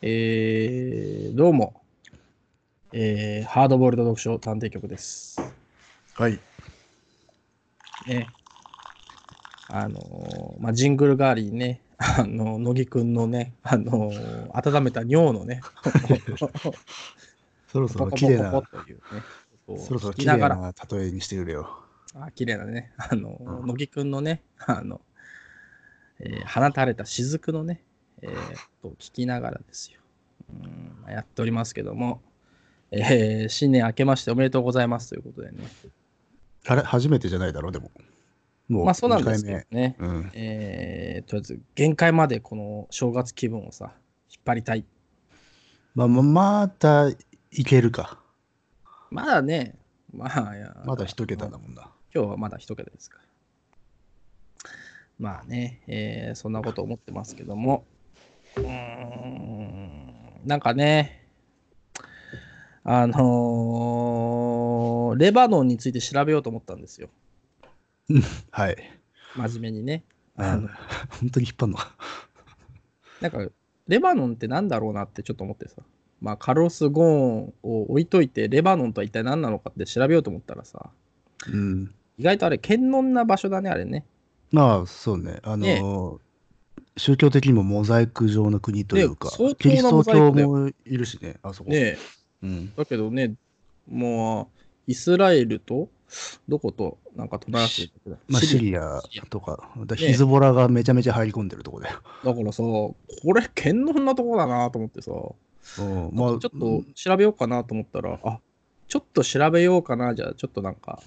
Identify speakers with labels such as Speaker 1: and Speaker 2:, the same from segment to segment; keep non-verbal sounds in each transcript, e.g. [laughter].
Speaker 1: えー、どうも、えー、ハードボイルド読書探偵局です。
Speaker 2: はい。
Speaker 1: ね。あのーまあ、ジングル代わりにね、あの、乃木くんのね、あのー温めた尿のね、
Speaker 2: そ [laughs] ろそろ綺麗な、
Speaker 1: ポコポコポコというね、こう
Speaker 2: そろそろ
Speaker 1: 聞き
Speaker 2: 綺
Speaker 1: な
Speaker 2: 麗
Speaker 1: がら、
Speaker 2: な例えにしてくれよ。
Speaker 1: あ綺麗なね、 [laughs] あのー
Speaker 2: うん
Speaker 1: 乃木くんのね、 [laughs] あの、えー放たれた雫のね、えー、と聞きながらですよ。うんまあやっておりますけども、えー新年明けましておめでとうございますということでね。
Speaker 2: あれ、初めてじゃないだろ、でも。も
Speaker 1: まあそうなんですけどね。
Speaker 2: 二回目うん。
Speaker 1: えー、とりあえず限界までこの正月気分をさ、引っ張りたい。
Speaker 2: まあ、ままたいけるか。
Speaker 1: まだね、まあいや、
Speaker 2: まだ一桁だもんな。
Speaker 1: 今日はまだ一桁ですから。まあね、えーそんなこと思ってますけども、うーん、なんかね、あのーレバノンについて調べようと思ったんですよ。
Speaker 2: はい。
Speaker 1: 真面目にね。
Speaker 2: あ
Speaker 1: うん
Speaker 2: の [laughs] 本当に引っ張るのか。
Speaker 1: なんか、レバノンってなんだろうなってちょっと思ってさ。まあ、カロス・ゴーンを置いといて、レバノンとは一体何なのかって調べようと思ったらさ、
Speaker 2: うん。
Speaker 1: 意外とあれ、健能な場所だね、あれね。
Speaker 2: まあ、そうね。あのー、宗教的にもモザイク状の国というか
Speaker 1: ね相、
Speaker 2: キリ
Speaker 1: 当
Speaker 2: ス
Speaker 1: なモザイ
Speaker 2: ト
Speaker 1: クだよ
Speaker 2: 教もいるしね、あそこ。
Speaker 1: ねえ
Speaker 2: うん。
Speaker 1: だけどね、もう、イスラエルと、どこと、なんか隣り合わせてる
Speaker 2: まあ、シ
Speaker 1: リ
Speaker 2: リアとか、だ
Speaker 1: ね
Speaker 2: ヒズボラがめちゃめちゃ入り込んでるとこだよ。
Speaker 1: だからさ、これ、健能なとこだなと思ってさ、
Speaker 2: うん。
Speaker 1: ま
Speaker 2: ま
Speaker 1: あ、
Speaker 2: あ、
Speaker 1: ちょっと調べようかなと思ったら、あちょっと調べようかな、じゃあ、ちょっとなん
Speaker 2: [laughs]
Speaker 1: か、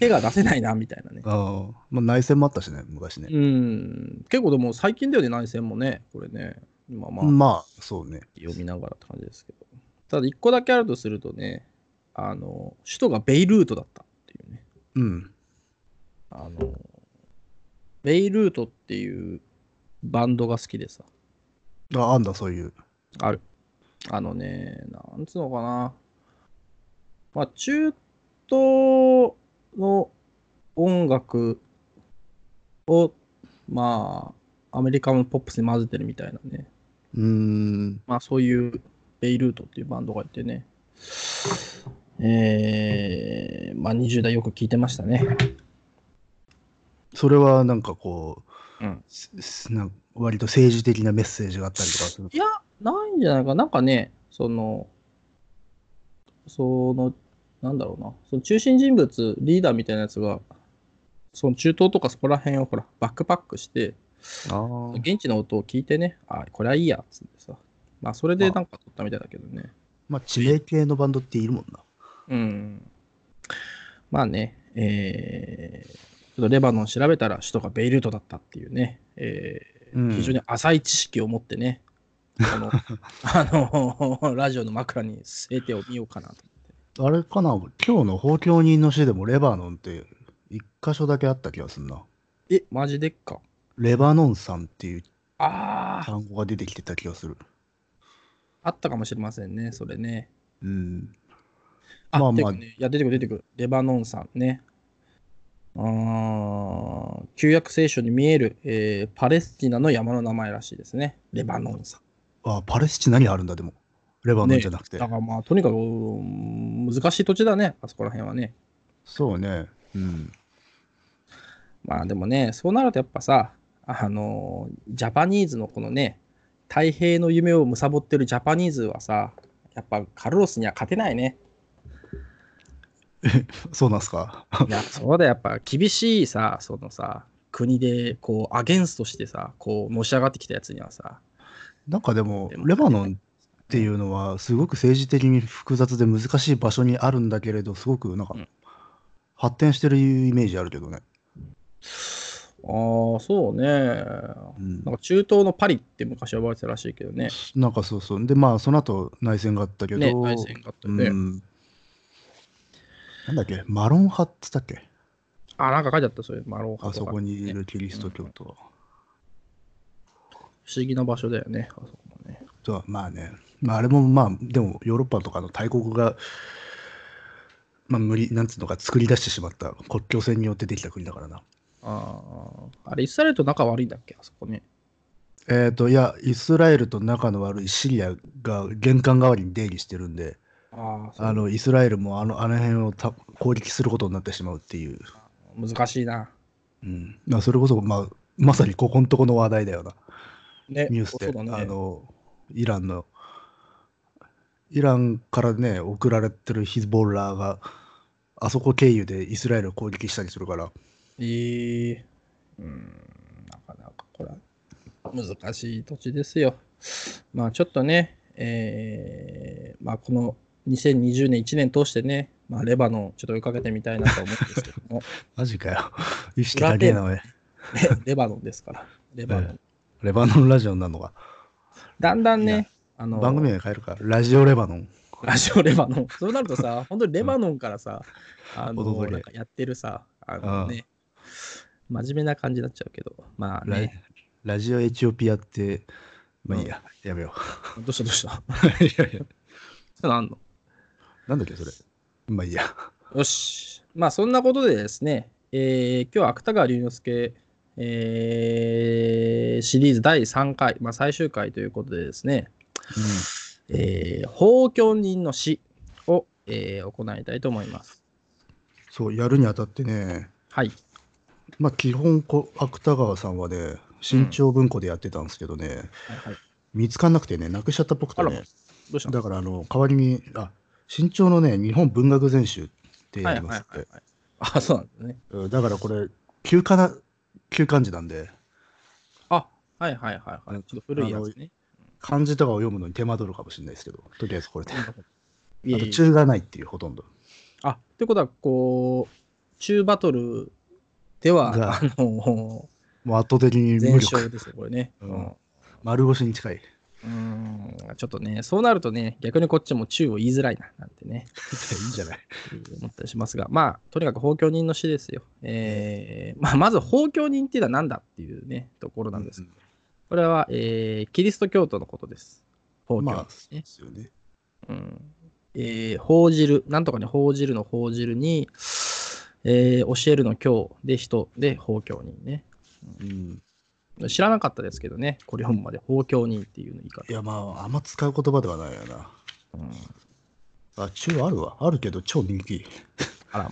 Speaker 1: 手が出せないな、みたいなね。
Speaker 2: ああ、まあ内戦もあったしね、昔ね。
Speaker 1: うん、結構でも最近だよね、内戦もね、これね、今まあ、
Speaker 2: まあ、そうね。
Speaker 1: 読みながらって感じですけど、ただ一個だけあるとするとね、あの、首都がベイルートだったっていうね、
Speaker 2: うん。
Speaker 1: あの、ベイルートっていうバンドが好きでさ、
Speaker 2: あ、あんだ、そういう。
Speaker 1: ある。あのね、なんつうのかな、まあ、中東の音楽を、まあ、アメリカのポップスに混ぜてるみたいなね、
Speaker 2: うーん。
Speaker 1: まあそういうベイルートっていうバンドがいてね、えー、まあ20代よく聴いてましたね。
Speaker 2: それはなんかこ
Speaker 1: うん、
Speaker 2: う、すすなん割と政治的なメッセージがあったりとかする
Speaker 1: い。や、ないんじゃないかな、なんかね、その、その、なんだろうな、その中心人物、リーダーみたいなやつが、その中東とかそこら辺をほら、バックパックして、
Speaker 2: あ
Speaker 1: 現地の音を聞いてね、あ、これはいいや、つってさ。まあ、それでなんか撮ったみたいだけどね。
Speaker 2: まあ、地名系のバンドっているもんな。
Speaker 1: うん。まあね、えーちょっとレバノン調べたら首都がベイルートだったっていうね、えー
Speaker 2: うん
Speaker 1: 非常に浅い知識を持ってね、こ
Speaker 2: [laughs]
Speaker 1: のあのラジオの枕に据えてを見ようかなと。
Speaker 2: あれかな、今日の法教人の詩でもレバノンって一箇所だけあった気がするな。
Speaker 1: え、マジでっか。
Speaker 2: レバノンさんっていう
Speaker 1: ああ、
Speaker 2: 単語が出てきてた気がする。
Speaker 1: あったかもしれませんね、それね。
Speaker 2: うん。
Speaker 1: あ、
Speaker 2: まあ
Speaker 1: て
Speaker 2: まあ
Speaker 1: かねいや、出てくる出てくる。レバノンさんね。あー旧約聖書に見える、えーパレスティナの山の名前らしいですね。レバノンさん。
Speaker 2: あ、パレスチナにあるんだ、でも。レバノンじゃなくて。
Speaker 1: だからまあ、とにかくうん難しい土地だね、あそこら辺はね。
Speaker 2: そうね。うん。
Speaker 1: まあでもね、そうなるとやっぱさ、あのー、ジャパニーズのこのね、太平の夢を貪ってるジャパニーズはさ、やっぱカルロスには勝てないね。
Speaker 2: [laughs] そうなんすか。
Speaker 1: いや、そうだ、やっぱ厳しいさ、そのさ、国でこう、アゲンストしてさ、こう、のし上がってきたやつにはさ、
Speaker 2: なんかでも
Speaker 1: で、も
Speaker 2: レバノンっていうのは、すごく政治的に複雑で難しい場所にあるんだけれど、すごくなんか
Speaker 1: うん、
Speaker 2: 発展してるイメージあるけどね。
Speaker 1: ああ、そうね。
Speaker 2: うん
Speaker 1: なんか中東のパリって昔呼ばれてたらしいけどね。
Speaker 2: なんかそうそう。で、まあ、その後内戦があったけど、
Speaker 1: ね、内戦があってね。
Speaker 2: うんなんだっけ、マロン派っつったっけ
Speaker 1: あ、なんか書いてあった、それ、マロン派
Speaker 2: あ
Speaker 1: と
Speaker 2: そ
Speaker 1: か
Speaker 2: こにいるキリスト教徒は。
Speaker 1: 不思議な場所だよね、あそこもね。
Speaker 2: そうまあね、まあ、あれもまあ、でもヨーロッパとかの大国が、まあ、無理、なんつうのか、作り出してしまった国境線によってできた国だからな。
Speaker 1: ああ、あれ、イスラエルと仲悪いんだっけ、あそこね。
Speaker 2: えっ、と、いや、イスラエルと仲の悪いシリアが玄関代わりに出入りしてるんで、
Speaker 1: ああ、そう
Speaker 2: あのイスラエルもあのあの辺をた攻撃することになってしまうっていう、
Speaker 1: 難しいな。
Speaker 2: うんまあ、それこそ、まあ、まさにここのとこの話題
Speaker 1: [laughs]
Speaker 2: だよな、
Speaker 1: ね、
Speaker 2: ニュース
Speaker 1: そ
Speaker 2: で、
Speaker 1: うだね。
Speaker 2: あのイランの、イランからね、送られてるヒズボラーが、あそこ経由でイスラエルを攻撃したりするから、
Speaker 1: ええうん、なかなかこれは難しい土地ですよ。まあちょっとね、えーまあこの2020年1年通してね、まあレバノンちょっと追いかけてみたいなと思うんですけど
Speaker 2: [laughs]
Speaker 1: も、
Speaker 2: マジかよ、意識高えな、おい
Speaker 1: レレバノンですから、レバノン。
Speaker 2: レバノンラジオなのか。
Speaker 1: だんだん
Speaker 2: いや
Speaker 1: ね、あの
Speaker 2: 番組名変えるから、ラジオレバノン。
Speaker 1: ラジオレバノン。そうなると
Speaker 2: [laughs]
Speaker 1: さ、本当にレバノンからさ、あ
Speaker 2: お
Speaker 1: の
Speaker 2: 届け
Speaker 1: なんかやってるさ、あのね、真面目な感じになっちゃうけど、まあ
Speaker 2: ラ
Speaker 1: ね、
Speaker 2: ラジオエチオピアって、まあいいや、やめよ
Speaker 1: どうしたどうした。
Speaker 2: う。 [laughs] いやいや、
Speaker 1: そうなんの
Speaker 2: なんだっけ、それ。 [laughs] まあいいや。
Speaker 1: よし。まあそんなことでですね、えー今日は芥川龍之介、えーシリーズ第3回、まあ、最終回ということでですね、えー、宝鏡人の死を、えー行いたいと思います。
Speaker 2: そう、やるにあたってね、
Speaker 1: はい。
Speaker 2: まあ基本こ、芥川さんはね、新潮文庫でやってたんですけどね、
Speaker 1: はいはい、
Speaker 2: 見つかんなくてね、なくしちゃったっぽくて
Speaker 1: あら、
Speaker 2: ね、
Speaker 1: どうした
Speaker 2: だから、あの、代わりに、あ、新潮のね、日本文学全集って
Speaker 1: は
Speaker 2: や
Speaker 1: いは
Speaker 2: り
Speaker 1: い
Speaker 2: ま
Speaker 1: はい
Speaker 2: すって。
Speaker 1: はい。あ、そうなんですね。
Speaker 2: うんだからこれ、休暇な、休漢字なんで、
Speaker 1: あ、はいはいはいはい。ちょっと古いやつね。
Speaker 2: 漢字とかを読むのに手間取るかもしれないですけど、とりあえずこれで。あ
Speaker 1: いえいえ
Speaker 2: と、中がないっていう、ほとんど。
Speaker 1: あ、ということは、こう、中バトルで
Speaker 2: が
Speaker 1: は、あの、
Speaker 2: もう圧倒的に
Speaker 1: 全
Speaker 2: 無
Speaker 1: 勝
Speaker 2: 力。
Speaker 1: ですよ、これね。
Speaker 2: うん丸腰に近い。
Speaker 1: うーんちょっとね、そうなるとね、逆にこっちも中を言いづらいな、なんてね、
Speaker 2: いいじゃ [laughs] ない。
Speaker 1: 思ったりしますが、まあ、とにかく宝鏡人の死ですよ。えーまあ、まず、宝鏡人っていうのは何だっていうね、ところなんです。これは、えーキリスト教徒のことです。
Speaker 2: う
Speaker 1: 宝
Speaker 2: んまあ、
Speaker 1: 鏡
Speaker 2: そ
Speaker 1: 人
Speaker 2: う
Speaker 1: ね
Speaker 2: で。すよね。
Speaker 1: うんえー報じる、なんとかね、報じるの報じるに、えー教えるの教で人で宝鏡人ね。
Speaker 2: うん。
Speaker 1: 知らなかったですけどね、これ本まで宝鏡人っていうの言い方
Speaker 2: い。や、まあ、あんま使う言葉ではないよな。
Speaker 1: うん
Speaker 2: あ、中あるわ。あるけど、超人気。
Speaker 1: あら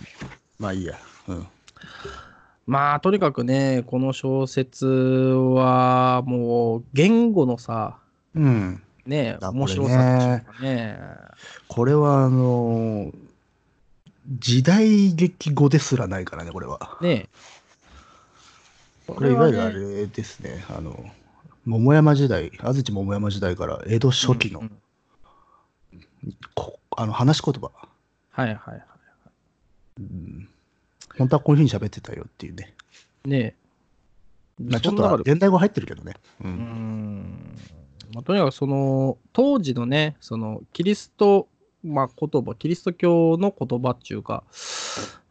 Speaker 2: まあいいや。うん。
Speaker 1: まあとにかくねこの小説はもう言語のさ
Speaker 2: うん。
Speaker 1: ね
Speaker 2: あ
Speaker 1: 面白さっていうかね
Speaker 2: これは、あのー時代劇語ですらないからね、これは。
Speaker 1: ね
Speaker 2: これいわゆるあ
Speaker 1: これはね
Speaker 2: れですね。あの、桃山時代、安土桃山時代から江戸初期の、
Speaker 1: うんうん
Speaker 2: こあの話し言葉。
Speaker 1: はいはいは
Speaker 2: うん。本当はこういうふうに喋ってたよっていうね。
Speaker 1: いね
Speaker 2: まあ、ち
Speaker 1: そ
Speaker 2: ょっ
Speaker 1: の中
Speaker 2: と
Speaker 1: で
Speaker 2: 現代語入ってるけどね。う。
Speaker 1: うんん、まあ、とにかくその当時のねそのキリスト、まあ、言葉キリスト教の言葉っていうか、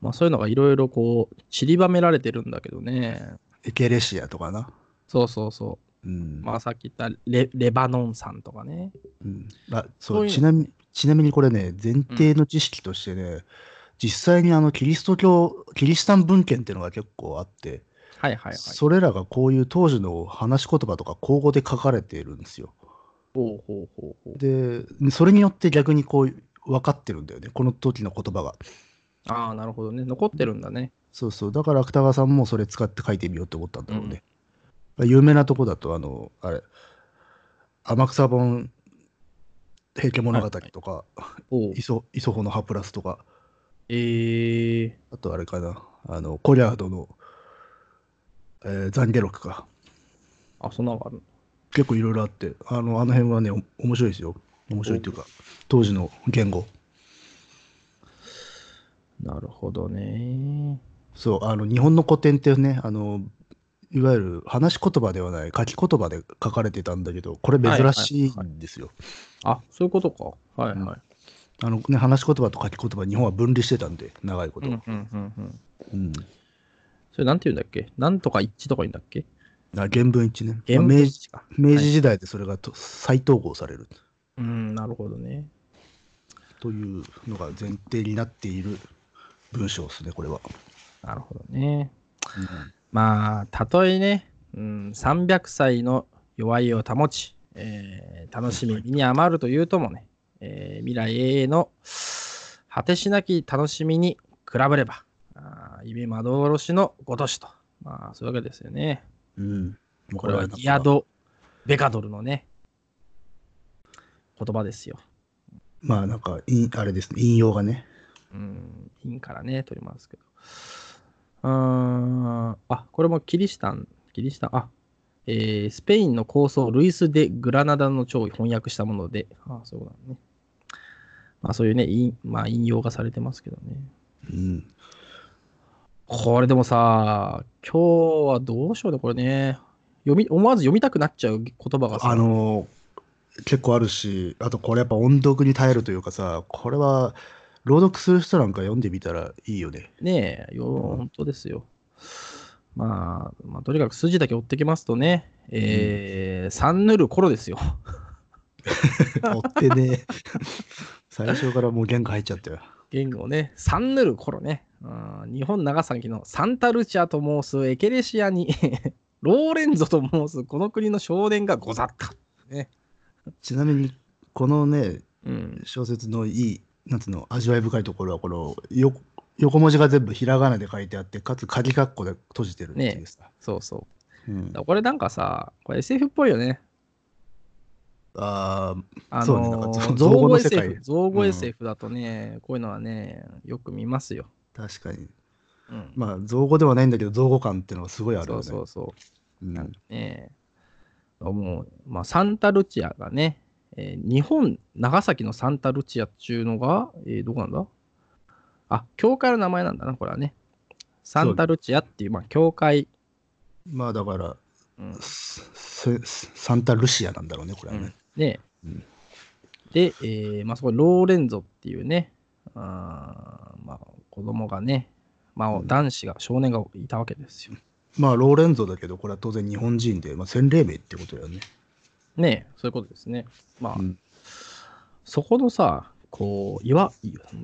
Speaker 1: まあ、そういうのがいろいろこう散りばめられてるんだけどね
Speaker 2: エケレシアとかな。
Speaker 1: そうそうそうう、
Speaker 2: ん。
Speaker 1: まあ、さっき言ったレレバノンさんとかね
Speaker 2: うんあ
Speaker 1: そ
Speaker 2: そう
Speaker 1: い
Speaker 2: う
Speaker 1: うの
Speaker 2: ちなみちなみにこれね、前提の知識としてね、実際にあのキリスト教、キリシタン文献っていうのが結構あって、
Speaker 1: はいはいはい
Speaker 2: それらがこういう当時の話し言葉とか、口語で書かれているんですよ。
Speaker 1: ほうほうほうほう。
Speaker 2: で、それによって逆にこう分かってるんだよね、この時の言葉が。
Speaker 1: ああ、なるほどね。残ってるんだね。
Speaker 2: そうそう、だから芥川さんもそれ使って書いてみようと思ったんだろうね。有名なとこだと、あの、あれ、天草本平家物語とか、
Speaker 1: おう
Speaker 2: 磯磯穂の葉プラスとか、
Speaker 1: えー、
Speaker 2: あとあれかな、あの、コリャードの、えー、懺悔録か。
Speaker 1: あ、そんなのがあるの
Speaker 2: 結構いろいろあって、あの、あの辺はね、お面白いですよ。面白いというか、当時の言語。
Speaker 1: なるほどね。
Speaker 2: そう、あの、日本の古典ってね、あの、いわゆる話し言葉ではない、書き言葉で書かれてたんだけど、これ珍しいんですよ。
Speaker 1: あ、そういうことか。はいはい。
Speaker 2: あのね、話し言葉と書き言葉、日本は分離してたんで、長いこ
Speaker 1: う
Speaker 2: と。
Speaker 1: んうんうんうん。
Speaker 2: うん
Speaker 1: それなんて言うんだっけなんとか一致とか言うんだっけ
Speaker 2: あ原文一致ね。
Speaker 1: 原
Speaker 2: まあ
Speaker 1: 文
Speaker 2: 明治
Speaker 1: 一致か。
Speaker 2: 明治時代でそれがと再統合される
Speaker 1: うん、なるほどね。
Speaker 2: というのが前提になっている文章ですね、これは。
Speaker 1: なるほどね。まあ、たとえね、うん、300歳の弱いを保ち、えー楽しみ身に余るというともね、えー未来永遠の果てしなき楽しみに比べれば、あー夢窓おろしのごとしと、まあ、そういうわけですよね。
Speaker 2: うん。
Speaker 1: これはギア。ド・ベカドルのね、言葉ですよ。
Speaker 2: まあなんか、いあれですね、引用がね。
Speaker 1: うん、インからね、取りますけど。うーん、あ、これもキリシタン、キリシタン、あ、えースペインの構想、ルイス・デ・グラナダの長を翻訳したもので、あそうだね。まあそういうね、引まあ、引用がされてますけどね。
Speaker 2: うん。
Speaker 1: これでもさ、今日はどうしようね、これね。読み思わず読みたくなっちゃう言葉がさ、
Speaker 2: あのー結構あるし、あとこれやっぱ音読に耐えるというかさ、これは朗読する人なんか読んでみたらいい
Speaker 1: [laughs]
Speaker 2: よね。
Speaker 1: ねえ、よ、本当ですよ。まあ、まあ、とにかく筋だけ追ってきますとね、えーサンヌル頃ですよ。
Speaker 2: 追ってね。最初からもう言語入っちゃったよ。
Speaker 1: 言語をね、サンヌル頃ね、うん日本長崎のサンタルチアと申すエケレシアに、 [laughs] ローレンゾと申すこの国の少年がござった。
Speaker 2: ちなみに、このね、
Speaker 1: うん、
Speaker 2: 小説のいい、なんつうの、味わい深いところは、このよ横文字が全部ひらがなで書いてあって、かつ鍵括弧で閉じてるっていうさ。
Speaker 1: そうそう。
Speaker 2: うん
Speaker 1: だからこれなんかさ、これ SF っぽいよね。
Speaker 2: あー
Speaker 1: あ
Speaker 2: そうねなん
Speaker 1: の
Speaker 2: か
Speaker 1: ー、
Speaker 2: 造
Speaker 1: 造
Speaker 2: 語
Speaker 1: 語
Speaker 2: の世界
Speaker 1: SF、造
Speaker 2: う
Speaker 1: 語
Speaker 2: ん
Speaker 1: SF だとね、こういうのはね、よく見ますよ。
Speaker 2: 確かに。
Speaker 1: うん、
Speaker 2: まあ、造語ではないんだけど、造語感っていうのがすごいある
Speaker 1: そ
Speaker 2: よ
Speaker 1: う
Speaker 2: ね。
Speaker 1: そうそう。
Speaker 2: うん
Speaker 1: なんかね、もう、まあ、サンタルチアがね、えー日本、長崎のサンタルチアっていうのが、えーどこなんだあ、教会の名前なんだな、これはね。サンタルチアっていう、まあ、教会、
Speaker 2: まあ、だから、
Speaker 1: うん
Speaker 2: すすサンタルシアなんだろうね、これはね。
Speaker 1: で、
Speaker 2: うん
Speaker 1: で、えーまあ、そこにローレンゾっていうね、あーまあ、子供がね、まあ、
Speaker 2: うん
Speaker 1: 男子が、少年がいたわけですよ。
Speaker 2: まあ、ローレンゾだけど、これは当然日本人で、まあ、洗礼名ってことだよね。
Speaker 1: ねえそういうことですね。まあ、
Speaker 2: うん
Speaker 1: そこのさ、こう、違和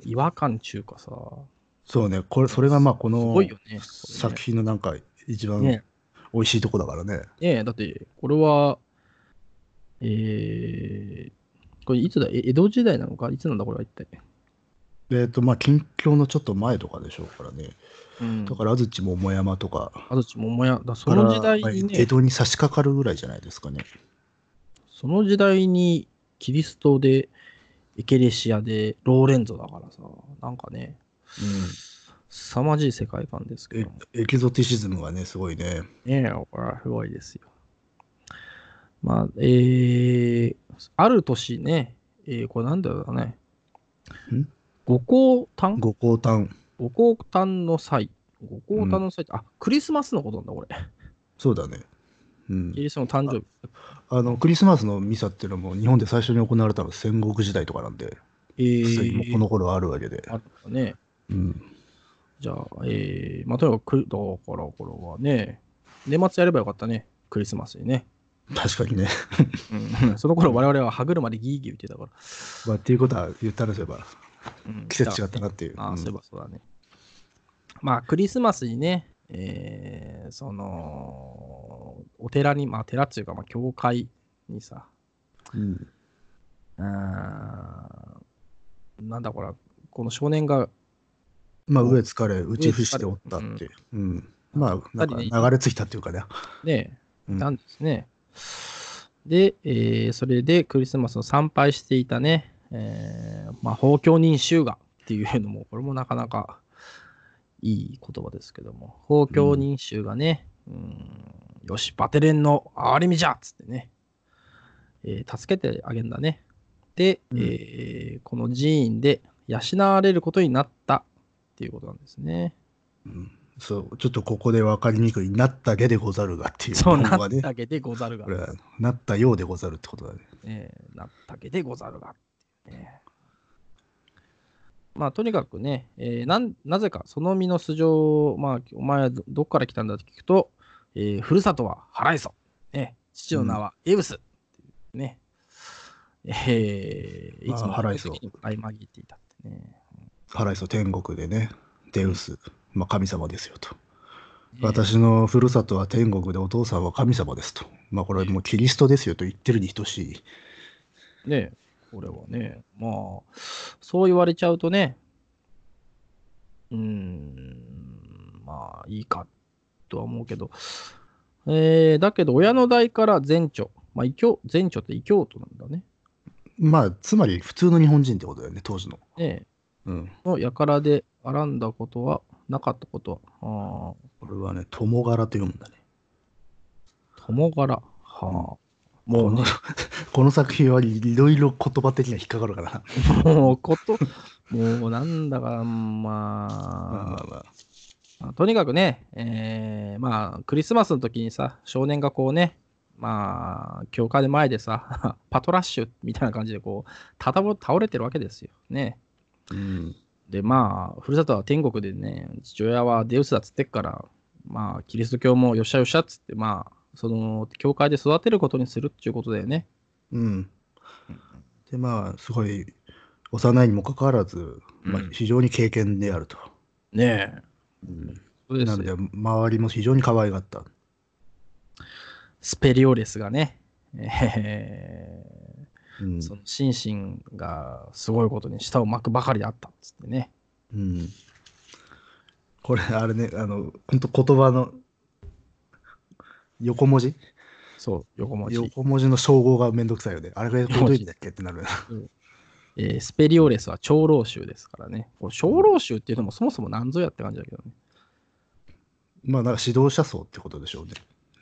Speaker 1: 違和感中かさ、
Speaker 2: そうね、これそれがまあこ
Speaker 1: す
Speaker 2: の
Speaker 1: ごいよね。
Speaker 2: 作品のなんか一
Speaker 1: これ
Speaker 2: 番
Speaker 1: ね
Speaker 2: 美味しいとこだからね。
Speaker 1: ねねえだって、これは、えー、これいつだえ江戸時代なのかいつなんだこれは一体。
Speaker 2: えっ、と、まあ、近況のちょっと前とかでしょうからね。
Speaker 1: うん
Speaker 2: だ。から安土桃山とか、
Speaker 1: 安土桃山、だその時代に
Speaker 2: から江
Speaker 1: ね、
Speaker 2: 戸に差し掛かるぐらいじゃないですかね。
Speaker 1: その時代にキリストで、エケレシアで、ローレンゾだからさ、なんかね、凄まじい世界観ですけど
Speaker 2: え
Speaker 1: も。
Speaker 2: エキゾティシズムがね、すごいね。
Speaker 1: ねえ、これはすごいですよ。まあ、えー、ある年ね、えー、これなんだろうね
Speaker 2: ん。
Speaker 1: 五光炭
Speaker 2: 五光炭。
Speaker 1: 五光炭の祭。五光炭の祭って、あ、クリスマスのことなんだ、これ。
Speaker 2: そうだね。うん
Speaker 1: イギリスの誕生日。
Speaker 2: あのクリスマスのミサっていうのも日本で最初に行われたのは戦国時代とかなんで、
Speaker 1: え
Speaker 2: 普通にもうこ
Speaker 1: ー、
Speaker 2: の頃あるわけで、
Speaker 1: あったね。
Speaker 2: うん、
Speaker 1: じゃあ、えー、まあ、とにかく、だから、これはね、年末やればよかったね、クリスマスにね。
Speaker 2: 確かに
Speaker 1: [laughs]
Speaker 2: ね、 [laughs]
Speaker 1: うん、その頃我々は歯車でギーギー言ってたから。
Speaker 2: まあ、っていうことは言ったらすれば
Speaker 1: うん
Speaker 2: 季節違ったなっていう、
Speaker 1: あ
Speaker 2: う
Speaker 1: あ、
Speaker 2: ん
Speaker 1: そういえばそうだね。まあ、クリスマスにね、えーその、お寺に、まあ、寺っていうか、まあ、教会にさ、
Speaker 2: うん
Speaker 1: うーんなんだこれ、この少年が、
Speaker 2: まあ上疲れ打ち伏しておったっていう、うんまあなんか流れ着いたっていうかね、
Speaker 1: ね、
Speaker 2: うん
Speaker 1: なんですね。で、えーそれでクリスマスを参拝していたね、えーまあ、法教人衆がっていうのも、これ [laughs] もなかなかいい言葉ですけども、法教人衆がね、うん、よし、バテレンの憐れみじゃっつってね、えー助けてあげんだね。で、
Speaker 2: うん
Speaker 1: えーこの寺院で養われることになったっていうことなんですね。
Speaker 2: うんそうちょっとここで分かりにくいなったげでござるがっていう
Speaker 1: そう
Speaker 2: の
Speaker 1: な
Speaker 2: が
Speaker 1: っ
Speaker 2: ね
Speaker 1: たけでござるが
Speaker 2: こ。れはなったようでござるってことだね
Speaker 1: えーなったけでござるがっていうね。まあ、とにかくね、えーなんなぜかその身の素性を、まあ、お前はどどっから来たんだと聞くと、えーふるさとは払いそ、ね、父の名はエブス、ね、えーいつも
Speaker 2: あー払いそ
Speaker 1: 相まぎっていたってね。
Speaker 2: 払いそう天国でねデウス、まあ、神様ですよと私のふるさとは天国でお父さんは神様ですと。まあこれはもうキリストですよと言ってるに等しい。
Speaker 1: ねえ、これはね、まあ、そう言われちゃうとね、うーん、まあいいかとは思うけど、えー、だけど親の代から前著、まあ異教、前著って異教徒なんだね。
Speaker 2: まあつまり普通の日本人ってことだよね、当時の。
Speaker 1: ね
Speaker 2: うん。
Speaker 1: え、の輩であらんだことは、なかったことは、
Speaker 2: これはね、友柄と読むんだね。
Speaker 1: あー共柄。はあ、も
Speaker 2: こ
Speaker 1: うね
Speaker 2: の [laughs] この作品はいろいろ言葉的には引っかかるからな。
Speaker 1: もうこと、もうなんだか、ま
Speaker 2: まあ。
Speaker 1: あ、とにかくね、えーまあ、クリスマスの時にさ、少年がこうね、まあ、教会で前でさ、 [laughs] パトラッシュみたいな感じでこう、たたぼ倒れてるわけですよ。ね。
Speaker 2: うん。
Speaker 1: で、まあ、ふるさとは天国でね、父親はデウスだっつってっから、まあ、キリスト教もよっしゃよっしゃっつって、まあ、その、教会で育てることにするっていうことだよね。
Speaker 2: うん。で、まあ、すごい、幼いにもかかわらず、まあ
Speaker 1: うん、
Speaker 2: 非常に経験であると。
Speaker 1: ねえ。そうで
Speaker 2: な
Speaker 1: す
Speaker 2: の
Speaker 1: よ
Speaker 2: で、周りも非常に可愛がった。
Speaker 1: スペリオレスがね、え
Speaker 2: うん
Speaker 1: ー、その心身がすごいことに舌を巻くばかりだったっつってね。
Speaker 2: うん、これ、あれね、あの、本当言葉の横文字
Speaker 1: そう、横文字。
Speaker 2: 横文字の称号がめんどくさいよね。あれがどういう意味だっけってなるよね。
Speaker 1: えースペリオレスは長老衆ですからね。これ長老衆っていうのもそもそも何ぞやって感じだけどね。
Speaker 2: [laughs] まあ、なんか指導者層ってことでしょうね。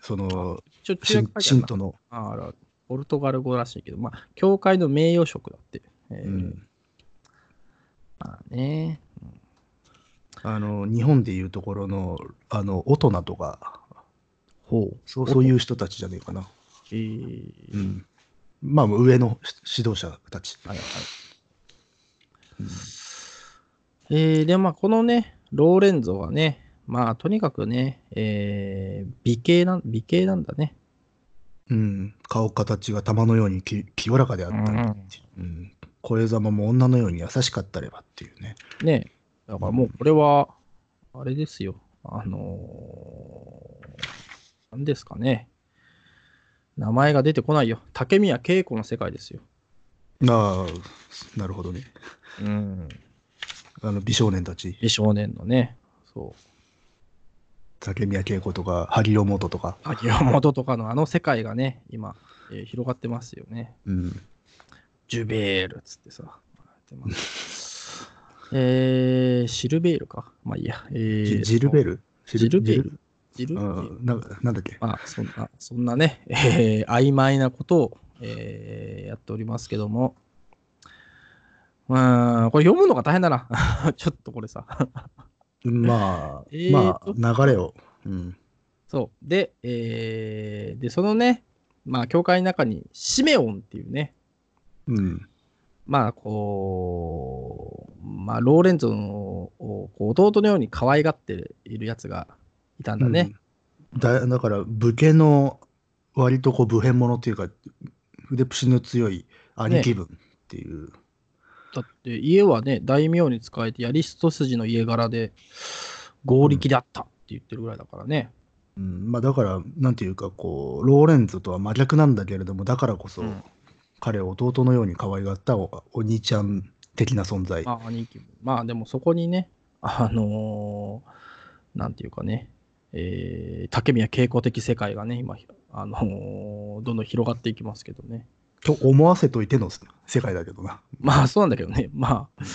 Speaker 2: その、
Speaker 1: ちょっと
Speaker 2: 信信徒の、
Speaker 1: あら、ポルトガル語らしいけど、まあ、教会の名誉職だって。えー
Speaker 2: うん、
Speaker 1: まあね。
Speaker 2: あの、日本でいうところの、あの、大人とか、
Speaker 1: ほう。
Speaker 2: そうそういう人たちじゃねえかな。
Speaker 1: えー
Speaker 2: うん。まあ、上の指導者たち。
Speaker 1: はいはい。えーで、まあ、このね、ローレンゾはね、まあ、とにかくね、えー美形なん、美形なんだね。
Speaker 2: うん。顔形が玉のようにき清らかであったりっていう、うん。声ざまも女のように優しかったればっていうね。
Speaker 1: ね。だからもう、これは、あれですよ。あのー、なんですかね。名前が出てこないよ。竹宮恵子の世界ですよ。
Speaker 2: ああ、なるほどね。
Speaker 1: うん。
Speaker 2: あの美少年たち、
Speaker 1: 美少年のね、そう。
Speaker 2: 竹宮恵子とか、萩尾元とか。
Speaker 1: 秋元とかのあの世界がね、今、えー広がってますよね。
Speaker 2: うん。
Speaker 1: ジュベールっつってさ。やってます [laughs] えー、シルベールか。まあいいや。えー、
Speaker 2: ジジルベル
Speaker 1: ジルベル
Speaker 2: ル
Speaker 1: ジルベ
Speaker 2: う
Speaker 1: ール
Speaker 2: ん。ななんだっけ
Speaker 1: まあそんな、そんなね、 [laughs] えー、曖昧なことを、えーやっておりますけども。うーん、これ読むのが大変だな。 [laughs] ちょっとこれさ。
Speaker 2: まあ、
Speaker 1: えー
Speaker 2: ま
Speaker 1: と
Speaker 2: あ、流れを。うん。
Speaker 1: そう。で、えー、で、そのね、まあ、教会の中にシメオンっていうね、
Speaker 2: うん。
Speaker 1: まあこう、まあ、ローレンゾのをこう弟のように可愛がっているやつがいたんだね。
Speaker 2: うん。だだから、武家の割とこう、武変者っていうか、腕っぷしの強い兄貴分っていう。
Speaker 1: だって家はね大名に仕えてやり一筋の家柄で合力であったって言ってるぐらいだからね。
Speaker 2: うんまあ、だから、なんていうか、こう、ローレンツとは真逆なんだけれども、だからこそ、
Speaker 1: うん
Speaker 2: 彼を弟のように可愛がったおお兄ちゃん的な存在。
Speaker 1: まあ兄貴もまあでもそこにねあのーなんていうかね、えー竹宮傾向的世界がね今、あのーどんどん広がっていきますけどね。
Speaker 2: と思わせといての世界だけどな。
Speaker 1: まあそうなんだけどね、 [laughs] まあ、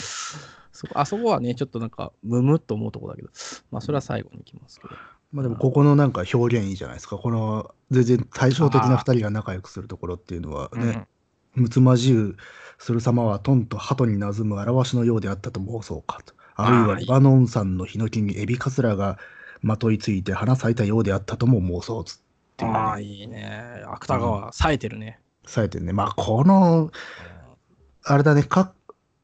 Speaker 1: そこあそこはね、ちょっとなんか、むむっと思うとこだけど、まあそれは最後に行きますけど。
Speaker 2: まあ、でも、ここのなんか表現いいじゃないですか。この、全然対照的な二人が仲良くするところっていうのはね、むつまじうする様は、トンと鳩になずむ表しのようであったと妄想かと。あるいは、
Speaker 1: あー
Speaker 2: リバノン山のヒノキにエビカツラがまといついて花咲いたようであったとも妄想つっていうね、
Speaker 1: ああ、いいね。芥川、冴えてるね。
Speaker 2: されてるね。まあ、この、あれだね、か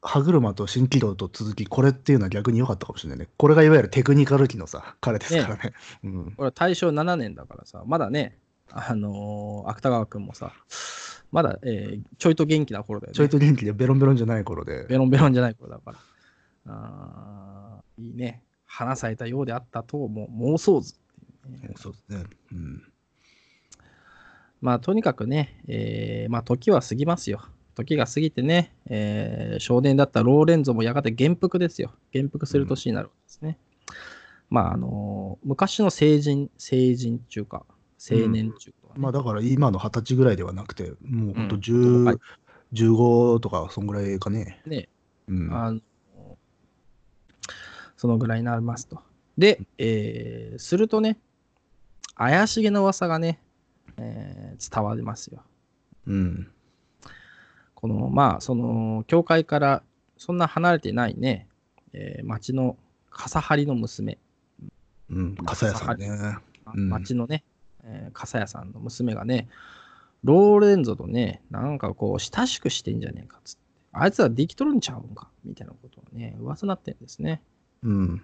Speaker 2: 歯車と新軌道と続き、これっていうのは逆に良かったかもしれないね。これがいわゆるテクニカル機のさ、彼ですからね。う
Speaker 1: こ
Speaker 2: ん、
Speaker 1: れは大正7年だからさ、まだね、あのー芥川君もさ、まだ、えーちょいと元気な頃だよね。
Speaker 2: ちょいと元気でベロンベロンじゃない頃で。
Speaker 1: ベロンベロンじゃない頃だから。あーいいね。花咲いたようであったとも妄想図っていう
Speaker 2: そうですね。うん。
Speaker 1: まあとにかくね、えーまあ時は過ぎますよ。時が過ぎてね、えー少年だったローレンゾもやがて元服ですよ。元服する年になるんですね。まああのー昔の成人、成人っていうか、青年っていうかね、
Speaker 2: まあだから今の二十歳ぐらいではなくて、もうほんと10
Speaker 1: うんはい
Speaker 2: 15とか、そんぐらいかね。
Speaker 1: ね
Speaker 2: うん。
Speaker 1: あのそのぐらいになりますと。で、えーするとね、怪しげな噂がね、えー伝わりますよ。
Speaker 2: うん。
Speaker 1: このまあその教会からそんな離れてないね、えー町の笠張の娘、
Speaker 2: うん。傘屋さんね。うん
Speaker 1: 町のね、えー笠屋さんの娘がねローレンゾとねなんかこう親しくしてんじゃねえかっつってあいつらできとるんちゃうんかみたいなことをね噂になってるんですね
Speaker 2: うん。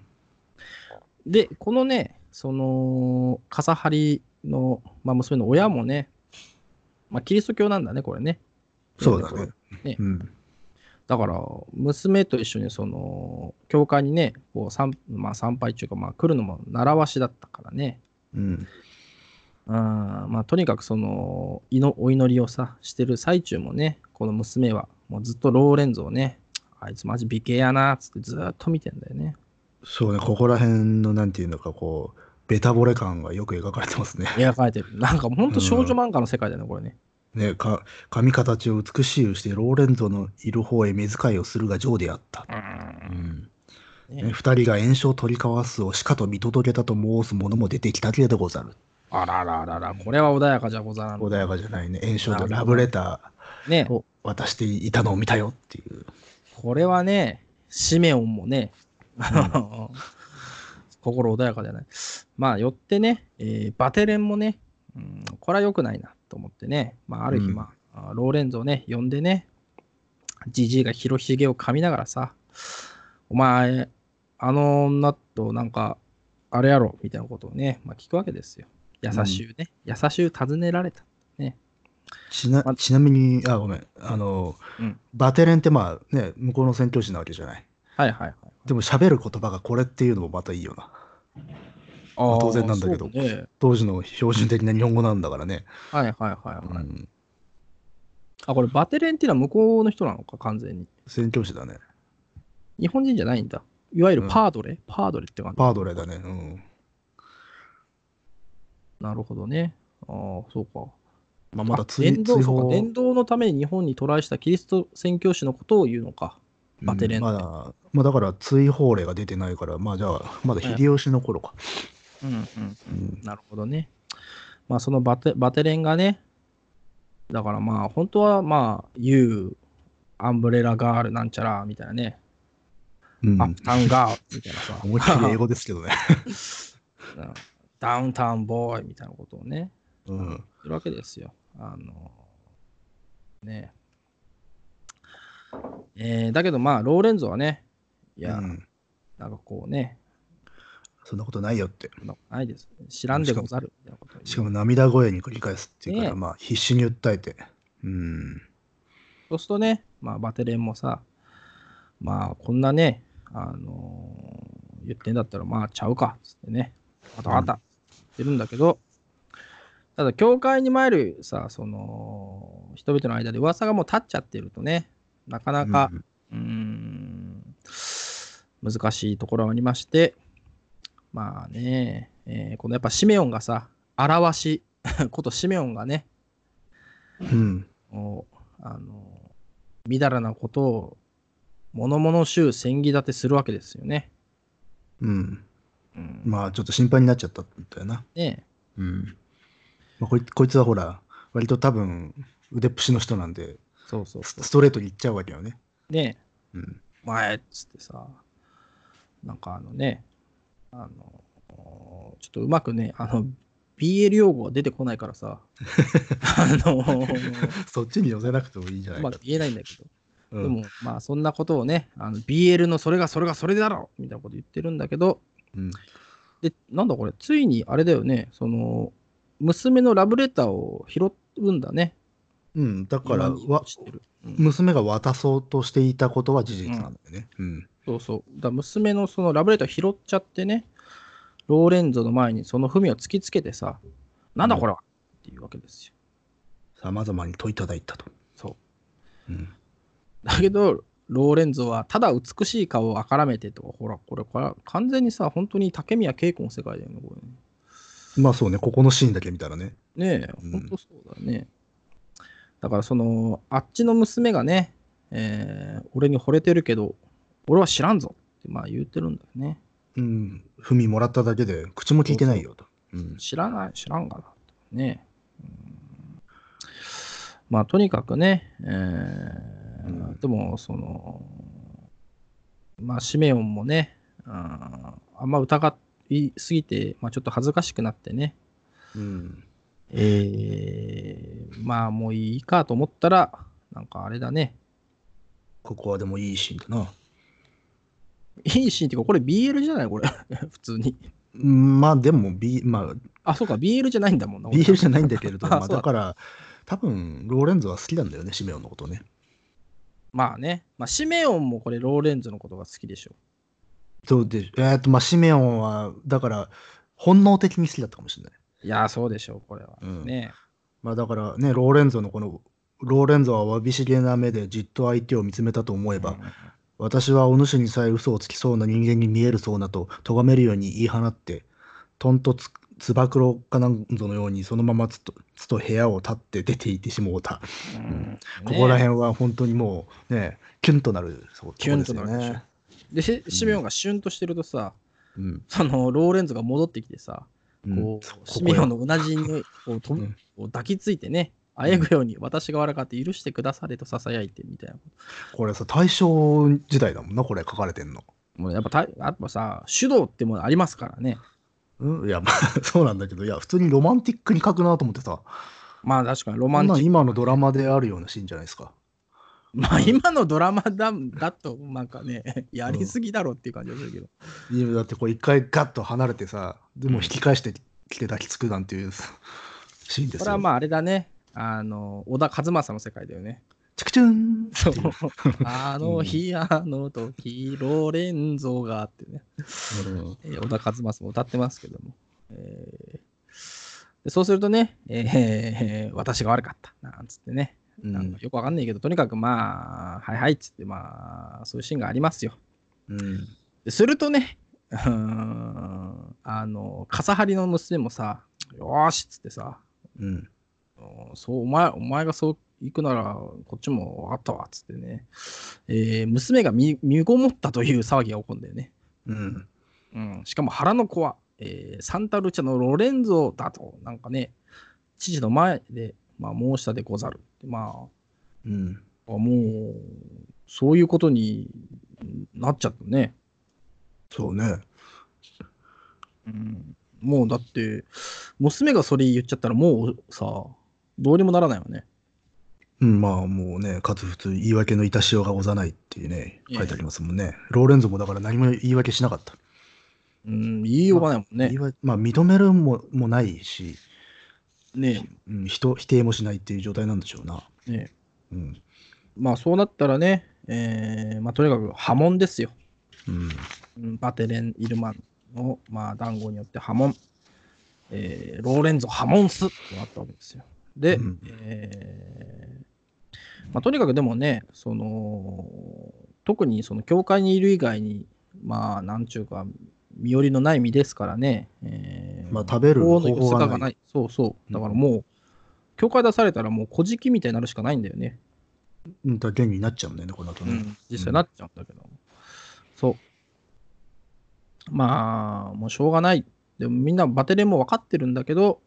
Speaker 1: でこのねその笠張の、まあ、娘の親もね、まあ、キリスト教なんだねこれね
Speaker 2: そうだね。
Speaker 1: ね
Speaker 2: うん。
Speaker 1: だから、娘と一緒にその、教会にね、こう参まあ、参拝中か、まあ、来るのも習わしだったからね。
Speaker 2: うん。
Speaker 1: うん、まあ、とにかくその、いのお祈りをさ、してる最中もね、この娘は、もうずっとローレンゾをね、あいつマジ美形やな、つってずーっと見てんだよね。
Speaker 2: そうね、ここら辺の、なんていうのか、こう、ベタ惚れ感がよく描かれてますね。
Speaker 1: 描かれてる。なんかほんと少女漫画の世界だよね、これね。
Speaker 2: ね、か髪形を美しゅうしてローレンゾのいる方へ目遣いをするがジョーであった。うん
Speaker 1: ね
Speaker 2: ね、二人が炎症を取り交わすをしかと見届けたと申す者も出てきたけれどござる。
Speaker 1: あらららら、これは穏やかじゃござらん。
Speaker 2: 穏やかじゃないね。炎症でラブレタ
Speaker 1: ね
Speaker 2: ー、を渡していたのを見たよっていう。
Speaker 1: これはね、シメオンもね、 [laughs] 心穏やかじゃない。まあ、よってね、えーバテレンもね、うん、これは良くないなと思ってね、まあ、ある日、
Speaker 2: うん
Speaker 1: まあ、あーローレンゾをね、呼んでね、じじいが広ひげを噛みながらさ、お前、あの女となんか、あれやろ、みたいなことをね、まあ、聞くわけですよ。優しゅうね、優しゅう尋ねられた。
Speaker 2: ちな
Speaker 1: ま
Speaker 2: ちなみに、あ、ごめん。あの、
Speaker 1: うん
Speaker 2: バテレンってまあね、向こうの宣教師なわけじゃない。
Speaker 1: はいはいはい。
Speaker 2: でも喋る言葉がこれっていうのもまたいいよな。
Speaker 1: あー
Speaker 2: 当然なんだけど
Speaker 1: そうね
Speaker 2: 当時の標準的な日本語なんだからね。
Speaker 1: はいはいはい、
Speaker 2: う
Speaker 1: はい。
Speaker 2: ん、
Speaker 1: あ、これバテレンっていうのは向こうの人なのか、完全に。
Speaker 2: 宣教師だね。
Speaker 1: 日本人じゃないんだ。いわゆるパードレ、パードレって感じ。
Speaker 2: パードレだね。うん。
Speaker 1: なるほどね。ああ、そうか。
Speaker 2: まあ、まだ追
Speaker 1: 伝道
Speaker 2: 追
Speaker 1: そう
Speaker 2: 放
Speaker 1: か伝道のために日本に渡来したキリスト宣教師のことを言うのか。バテレン
Speaker 2: うんまだ、まあ、だから追放令が出てないから、まあじゃあ、まだ秀吉の頃か。
Speaker 1: うんうん。
Speaker 2: うん
Speaker 1: なるほどね。まあ、そのバテバテレンがね、だからまあ、本当はまあ、ユー、アンブレラガールなんちゃら、みたいなね。
Speaker 2: うん
Speaker 1: アップタウンガール、みたいなさ。
Speaker 2: 思いっきり英語ですけどね。
Speaker 1: [laughs] うんダウンタウンボーイみたいなことをね。
Speaker 2: うん。
Speaker 1: するわけですよ。あのねえーだけどまあローレンゾはねい
Speaker 2: い
Speaker 1: や、
Speaker 2: うん、
Speaker 1: なんかこうね
Speaker 2: そんなことないよって。
Speaker 1: そんなことないです知らんでござるみたいなことを言う
Speaker 2: しかも涙声に繰り返すっていうから、
Speaker 1: ねえ
Speaker 2: まあ必死に訴えて。うん。
Speaker 1: そうするとね、まあ、バテレンもさまあこんなねあのー言ってんだったらまあちゃうかっつってねまたまた言ってるんだけど、ただ教会に参るさその人々の間で噂がもう立っちゃってるとねなかなか、う
Speaker 2: うん
Speaker 1: ーん難しいところはありまして、まあね、えーこのやっぱシメオンがさ、表し、 [laughs] ことシメオンがね、
Speaker 2: うん。
Speaker 1: おあの、みだらなことを、物々しゅう戦議立てするわけですよね。
Speaker 2: うん。
Speaker 1: うん
Speaker 2: まあちょっと心配になっちゃったみたいな。
Speaker 1: ね
Speaker 2: うん。まあ、こいこいつはほら、割と多分腕っぷしの人なんで、
Speaker 1: そうそう
Speaker 2: ス
Speaker 1: そ
Speaker 2: ストレートにいっちゃうわけよね。
Speaker 1: う。ね
Speaker 2: うん。
Speaker 1: お前っつってさ、なんかあのね、あの、おちょっとうまくね、あの、BL 用語が出てこないからさ、あの、
Speaker 2: そっちに寄せなくてもいいんじゃな
Speaker 1: う
Speaker 2: いか
Speaker 1: まく言えないんだけど、
Speaker 2: うん
Speaker 1: でもまあそんなことをね、あの BL のそれがそれがそれだろみたいなこと言ってるんだけど、
Speaker 2: うん
Speaker 1: で、なんだこれ、ついにあれだよね、その、娘のラブレターを拾うんだね。
Speaker 2: うん、だから
Speaker 1: 今に
Speaker 2: わ
Speaker 1: 知ってるうん
Speaker 2: 娘が渡そうとしていたことは事実なんだよね。うん
Speaker 1: そうそう。だから娘のそのラブレター拾っちゃってね、ローレンゾの前にその文を突きつけてさ、なんだこれは、っていうわけですよ。
Speaker 2: さまざまに問いただいたと。
Speaker 1: そう。
Speaker 2: うん。
Speaker 1: だけど、ローレンゾはただ美しい顔をあからめてとか、ほら、これから完全にさ、本当に竹宮恵子の世界だよね、これね。
Speaker 2: まあそうね、ここのシーンだけ見たらね。
Speaker 1: ねえ、
Speaker 2: うん
Speaker 1: ほんとそうだね。だからその、あっちの娘がね、えー俺に惚れてるけど、俺は知らんぞってまあ言ってるんだよね。
Speaker 2: うん。文もらっただけで、口も聞いてないよと。うん。
Speaker 1: 知らない、知らんがな。ねうんまあとにかくね、えー
Speaker 2: うん
Speaker 1: でもその、まあシメオンもね、あーあんま疑いすぎて、まあ、ちょっと恥ずかしくなってね、
Speaker 2: うん。
Speaker 1: えーまあもういいかと思ったら、なんかあれだね。
Speaker 2: ここはでもいいシーンだな。
Speaker 1: いいシーンっていうか、これ BL じゃないこれ。 [laughs] 普通に。
Speaker 2: うんまあでも、B、ま [laughs] あ
Speaker 1: あ、そうか、BL じゃないんだもんな。
Speaker 2: BL じゃないんだけれど、
Speaker 1: あ
Speaker 2: まあ
Speaker 1: そ
Speaker 2: [laughs]
Speaker 1: うだ
Speaker 2: だから、多分、ローレンゾは好きなんだよね、シメオンのことね。
Speaker 1: まあね。まあ、シメオンもこれ、ローレンズのことが好きでしょ。
Speaker 2: そうで、えーっと、まあシメオンは、だから、本能的に好きだったかもしれない。
Speaker 1: いやー、そうでしょう、これは。
Speaker 2: うん
Speaker 1: ね
Speaker 2: まあだからね、ローレンゾのこの、ローレンゾはわびしげな目でじっと相手を見つめたと思えば、私はお主にさえ嘘をつきそうな人間に見えるそうなと、咎めるように言い放って、とんとつ、つば九郎かなんぞのように、そのままつと、つと部屋を立って出て行ってしもうた。
Speaker 1: うん
Speaker 2: ん
Speaker 1: ね
Speaker 2: ここら辺は本当にもう、ね、キュンとなる、そう
Speaker 1: キュンとなるでしょ
Speaker 2: ね。
Speaker 1: で、シシメオンがシュンとしてるとさ、
Speaker 2: うん。
Speaker 1: その、ローレンズが戻ってきてさ、
Speaker 2: うん
Speaker 1: こ、
Speaker 2: そう
Speaker 1: シメオン
Speaker 2: こ
Speaker 1: のうなじにこうと
Speaker 2: うん
Speaker 1: こう抱きついてね、あえぐように私が笑かって許してくだされと囁いてみたいな。
Speaker 2: れこれさ、大正時代だもんな、これ書かれてんの。
Speaker 1: もうやっぱた、やっぱさ、手動ってものありますからね。
Speaker 2: うん、いや、まあ、そうなんだけど、いや、普通にロマンティックに書くなと思ってさ、
Speaker 1: まあ確かにロ
Speaker 2: こ
Speaker 1: マ
Speaker 2: ん
Speaker 1: ンチ
Speaker 2: なん
Speaker 1: ック。
Speaker 2: 今のドラマであるようなシーンじゃないですか。
Speaker 1: まあ今のドラマだだと、なんかね、やりすぎだろっていう感じがするけど。
Speaker 2: いやだってこう一回ガッと離れてさ、でも
Speaker 1: うん
Speaker 2: 引き返してきて抱きつくなんていう [laughs] シーンですよ。
Speaker 1: これはまああれだね。あの、小田和正の世界だよね。
Speaker 2: チクチュン
Speaker 1: そう
Speaker 2: っていう。
Speaker 1: あの日、あの時、ローレンゾがあってね。
Speaker 2: うん
Speaker 1: えー小田和正も歌ってますけども。えーでそうするとね、えー私が悪かった。なんつってね。
Speaker 2: うん
Speaker 1: なんかよくわかんないけど、とにかくまあ、はいはいっつって、まあ、そういうシーンがありますよ。
Speaker 2: うん
Speaker 1: でするとね、 [laughs] うーん、あの、笠張りの娘もさ、よーしっつってさ、
Speaker 2: うん
Speaker 1: あのそう、お前、お前がそう行くなら、こっちも分かったわ、っつってね、えー娘が身身ごもったという騒ぎが起こるんだよね。
Speaker 2: うん
Speaker 1: うん、しかも腹の子は、えーサンタルチャのロレンゾだと、なんかね、父の前で、まあ、申したでござる。ま
Speaker 2: うん
Speaker 1: あ、もう、そういうことになっちゃったね。
Speaker 2: そうね。
Speaker 1: うんもうだって、娘がそれ言っちゃったら、もうさ、どうにもならないよね。
Speaker 2: うん、まあもうね、かつ普通言い訳のいたしようがござないっていうね、
Speaker 1: ええ
Speaker 2: 書いてありますもんね。ローレンゾもだから何も言い訳しなかった。
Speaker 1: うん、言いようがないもん
Speaker 2: 言い
Speaker 1: ね。
Speaker 2: 訳まあ認めるももないし、
Speaker 1: ね
Speaker 2: うん、人否定もしないっていう状態なんでしょうな。
Speaker 1: えねえ
Speaker 2: うん。
Speaker 1: まあそうなったらね、えーまあ、とにかく波紋ですよ。
Speaker 2: うん。
Speaker 1: うんバテレン・イルマンの、まあ、団子によって波紋、えーローレンゾ波紋スとなったわけですよ。で、
Speaker 2: うん
Speaker 1: えーまあ、とにかくでもね、その特にその教会にいる以外に、まあ、なんちゅうか、身寄りのない身ですからね、えー
Speaker 2: まあ食べる
Speaker 1: 法
Speaker 2: 方
Speaker 1: の
Speaker 2: 法
Speaker 1: 様子
Speaker 2: が
Speaker 1: が
Speaker 2: な。
Speaker 1: ないい。そうそう。だからもう、教会出されたらもう、小じみたいになるしかないんだよね。
Speaker 2: うん、だから現になっちゃうんだよね、この後
Speaker 1: う
Speaker 2: ね。
Speaker 1: ん、実際なっちゃうんだけど、そうまあもうしょうがないでもみんなバテレンも分かってるんだけど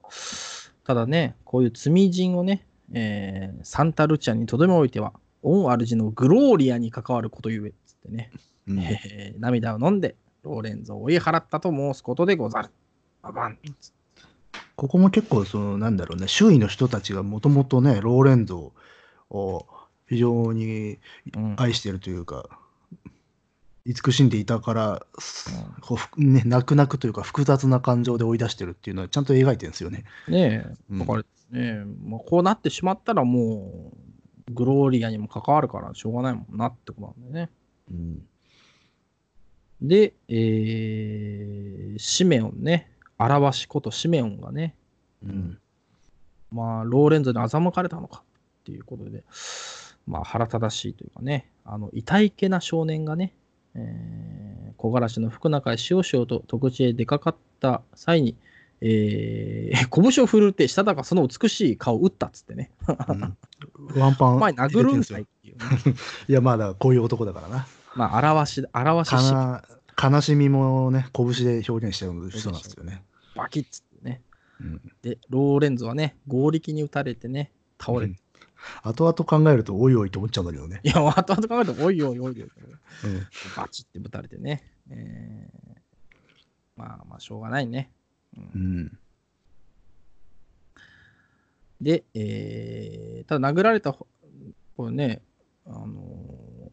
Speaker 1: ただねこういう罪人をね、えーサンタルチャにとどめ置いてはオンアルジのグローリアに関わることゆえっつってね、
Speaker 2: うん
Speaker 1: えー涙を飲んでローレンゾを追い払ったと申すことでござるババン
Speaker 2: ここも結構そのなんだろうね周囲の人たちがもともとねローレンゾを非常に
Speaker 1: うん
Speaker 2: 愛してるというか、慈しんでいたから、こうふね、泣く泣くというか複雑な感情で追い出してるっていうのはちゃんと描いてるんですよね。
Speaker 1: ねえ
Speaker 2: うん
Speaker 1: だからですね、まあ、こうなってしまったらもうグローリアにも関わるからしょうがないもんなってことなんだよね。
Speaker 2: うん
Speaker 1: で、えーシメオンね、表しことシメオンがね、
Speaker 2: うん。
Speaker 1: まあ、ローレンゾに欺かれたのかっていうことで、まあ、腹正しいというかね、あの、痛いけな少年がね、えー、木枯らしの福中へ塩塩と特地へ出かかった際に、えー [laughs] 拳を振るって、したたかその美しい顔を打ったっつってね、
Speaker 2: うんワンパン
Speaker 1: お前殴るん
Speaker 2: す
Speaker 1: かいっていうね、
Speaker 2: いや、まあだからこういう男だからな。
Speaker 1: まあ、表し、表しし、
Speaker 2: かな悲しみもね、拳で表現してる人なんですよね。
Speaker 1: バキッつってね。
Speaker 2: うん、
Speaker 1: で、ローレンゾはね、合力に打たれてね、倒れて。
Speaker 2: 後々考えると、おいおいと思っちゃうんだけどね。
Speaker 1: いや、後々考えると、おいおいおいおい。
Speaker 2: うん
Speaker 1: バチってぶたれてね。えーまあまあ、しょうがないね。
Speaker 2: うん。
Speaker 1: で、えーただ殴られたほ、これね、あのー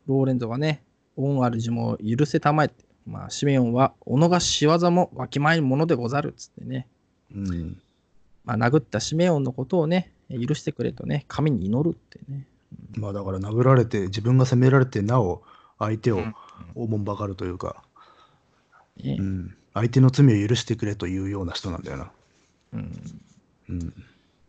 Speaker 1: ローレンゾがね、恩あるじも許せたまえって、まあ、シメオンは、己が仕業もわきまえんものでござるっつってね、
Speaker 2: うん。
Speaker 1: まあ、殴ったシメオンのことをね、許してくれとね、神に祈るってね。
Speaker 2: まあだから殴られて、自分が責められて、なお相手
Speaker 1: う
Speaker 2: を
Speaker 1: ん
Speaker 2: おもんばかるというか、
Speaker 1: ね
Speaker 2: うん、相手の罪を許してくれというような人なんだよな。
Speaker 1: うん
Speaker 2: うん。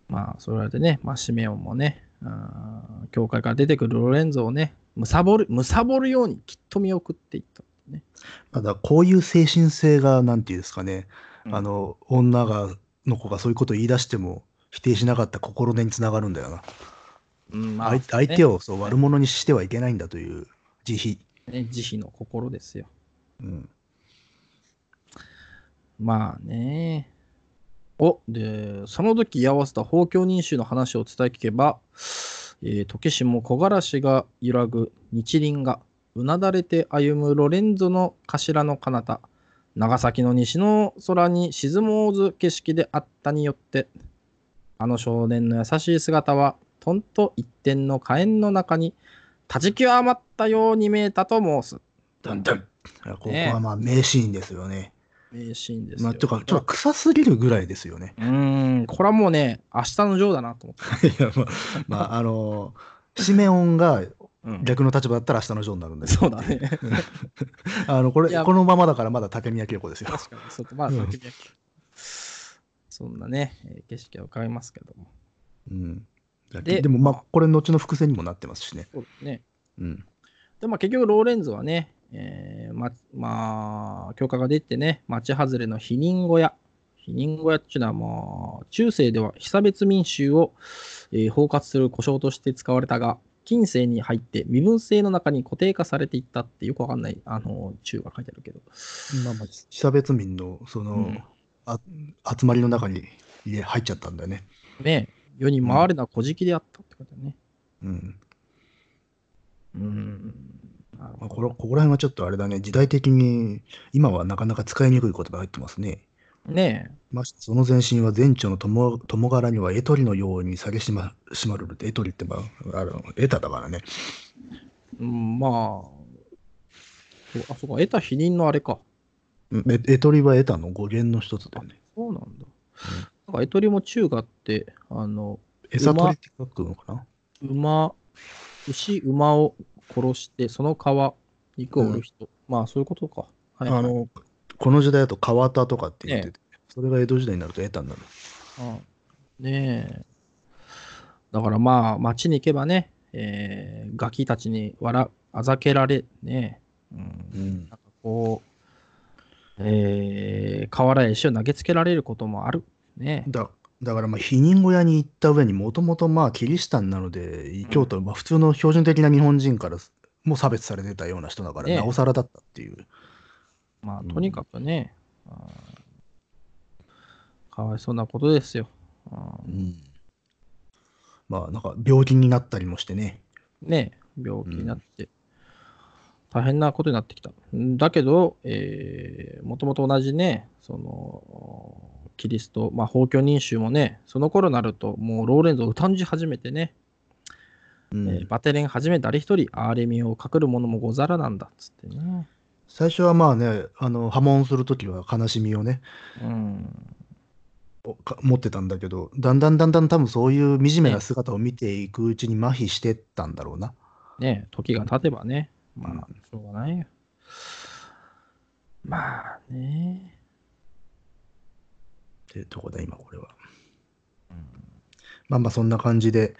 Speaker 1: まあ、それでね、まあ、シメオンもね、あー教会から出てくるロレンゾをね、むさぼる、むさぼるようにきっと見送っていったってね。
Speaker 2: ただ、こういう精神性が、なんていうんですかね、
Speaker 1: うん
Speaker 2: あの、女が、の子がそういうことを言い出しても、否定しなかった心根につながるんだよな。
Speaker 1: うん、まあ、
Speaker 2: 相相手
Speaker 1: を、
Speaker 2: をそう悪者にしてはいけないんだという慈悲。
Speaker 1: ね。慈悲の心ですよ。
Speaker 2: うん。
Speaker 1: まあね。おで、その時居合わせた法教人衆の話を伝え聞けば、えー、時しも木枯らしが揺らぐ日輪が、うなだれて歩むロレンゾの頭の彼方、長崎の西の空に沈もうず景色であったによって、あの少年の優しい姿は、とんと一点の火炎の中に、立ちきわまったように見えたと申す。
Speaker 2: だんだん。ここ
Speaker 1: ねえ
Speaker 2: はまあ名シーンですよね。
Speaker 1: 名シーンですよ。
Speaker 2: まあ、というか、ちょっと臭すぎるぐらいですよね。 [laughs]
Speaker 1: うーん、これはもうね、明日のジョーだなと思って。
Speaker 2: いや、まあ、まあ、あのシメオンが
Speaker 1: うん
Speaker 2: 逆の立場だったら明日のジョーになるんだけど、
Speaker 1: そうだね。
Speaker 2: あのこ
Speaker 1: い
Speaker 2: れ
Speaker 1: や
Speaker 2: このままだからまだ竹宮恵子です
Speaker 1: [laughs]
Speaker 2: よ。
Speaker 1: 確かに、そこまあ、
Speaker 2: うん
Speaker 1: そんなね、えー景色は浮かびますけども。
Speaker 2: うん、
Speaker 1: で
Speaker 2: でもまあこれ後の伏線にもなってますしね。
Speaker 1: そうですね。
Speaker 2: うん
Speaker 1: で、まあ、結局、ローレンズはね、えーま、まあ、許可が出てね、町外れの避妊小屋。避妊小屋っていうのは、まあ、中世では被差別民衆を、えー包括する故障として使われたが、近世に入って身分制の中に固定化されていったってよくわかんない、あの、中が書いてあるけど。
Speaker 2: まあまあ被差別民のその、
Speaker 1: うん
Speaker 2: あ集まりの中に入れ入っちゃったんだよね。
Speaker 1: ね、世に回るな小じきであったってことだね。
Speaker 2: うん
Speaker 1: うん。なる
Speaker 2: ま
Speaker 1: ほど
Speaker 2: あ、これここら辺はちょっとあれだね時代的に今はなかなか使いにくい言葉入ってますね。
Speaker 1: ねえ。
Speaker 2: ましてその前身は前著の友友柄にはエトリのように下げしましまるるってエトリってまああのエタだからね。
Speaker 1: うん、まあ、そうあ、そうか、得た否認のあれか。
Speaker 2: うんエエトリはエタの語源の一つだよね。
Speaker 1: そうなんだ。なんか、エトリも中華って、あの、
Speaker 2: エサトリって書くのかな
Speaker 1: 馬、牛、馬を殺して、その皮、肉を売る人。まあ、そういうことか。はい、
Speaker 2: あの、この時代だと川田とかって言ってて、それが江戸時代になるとエタになる。
Speaker 1: うんねえ。だからまあ、街に行けばね、えーガキたちに笑う、あざけられ、ねえ、うん
Speaker 2: うん
Speaker 1: なんかこう、えー、河原へ石を投げつけられることもある。ねえ。
Speaker 2: だだから、まあ、避妊小屋に行った上にもともとまあキリシタンなので、異教徒、まあ、普通の標準的な日本人からも差別されてたような人だから、
Speaker 1: ねえ
Speaker 2: なおさらだったっていう。
Speaker 1: ま
Speaker 2: う
Speaker 1: あ、
Speaker 2: ん
Speaker 1: とにかくね、あーかわいそうなことですよ。あー
Speaker 2: うんまあ、なんか病気になったりもしてね。
Speaker 1: ねえ、病気になって、大変なことになってきた。んだけど、えー、もともと同じね、その、キリスト、まあ、法教人衆もね、その頃になると、もうローレンズを歌んじ始めてね、
Speaker 2: うん
Speaker 1: えーバテレンはじめ誰一人、アーレミを隠る者もござらなんだっつってね。
Speaker 2: 最初はまあね、あの破門するときは悲しみをね、
Speaker 1: うん。
Speaker 2: おか持ってたんだけど、だんだんだんだん多分そういう惨めな姿を見ていくうちに麻痺してったんだろうな。
Speaker 1: ねえ時が経てばね、ま
Speaker 2: うん
Speaker 1: あ、しょうがないよ。まあね。
Speaker 2: ってとこだ、今これは。
Speaker 1: うん
Speaker 2: まあまあそんな感じで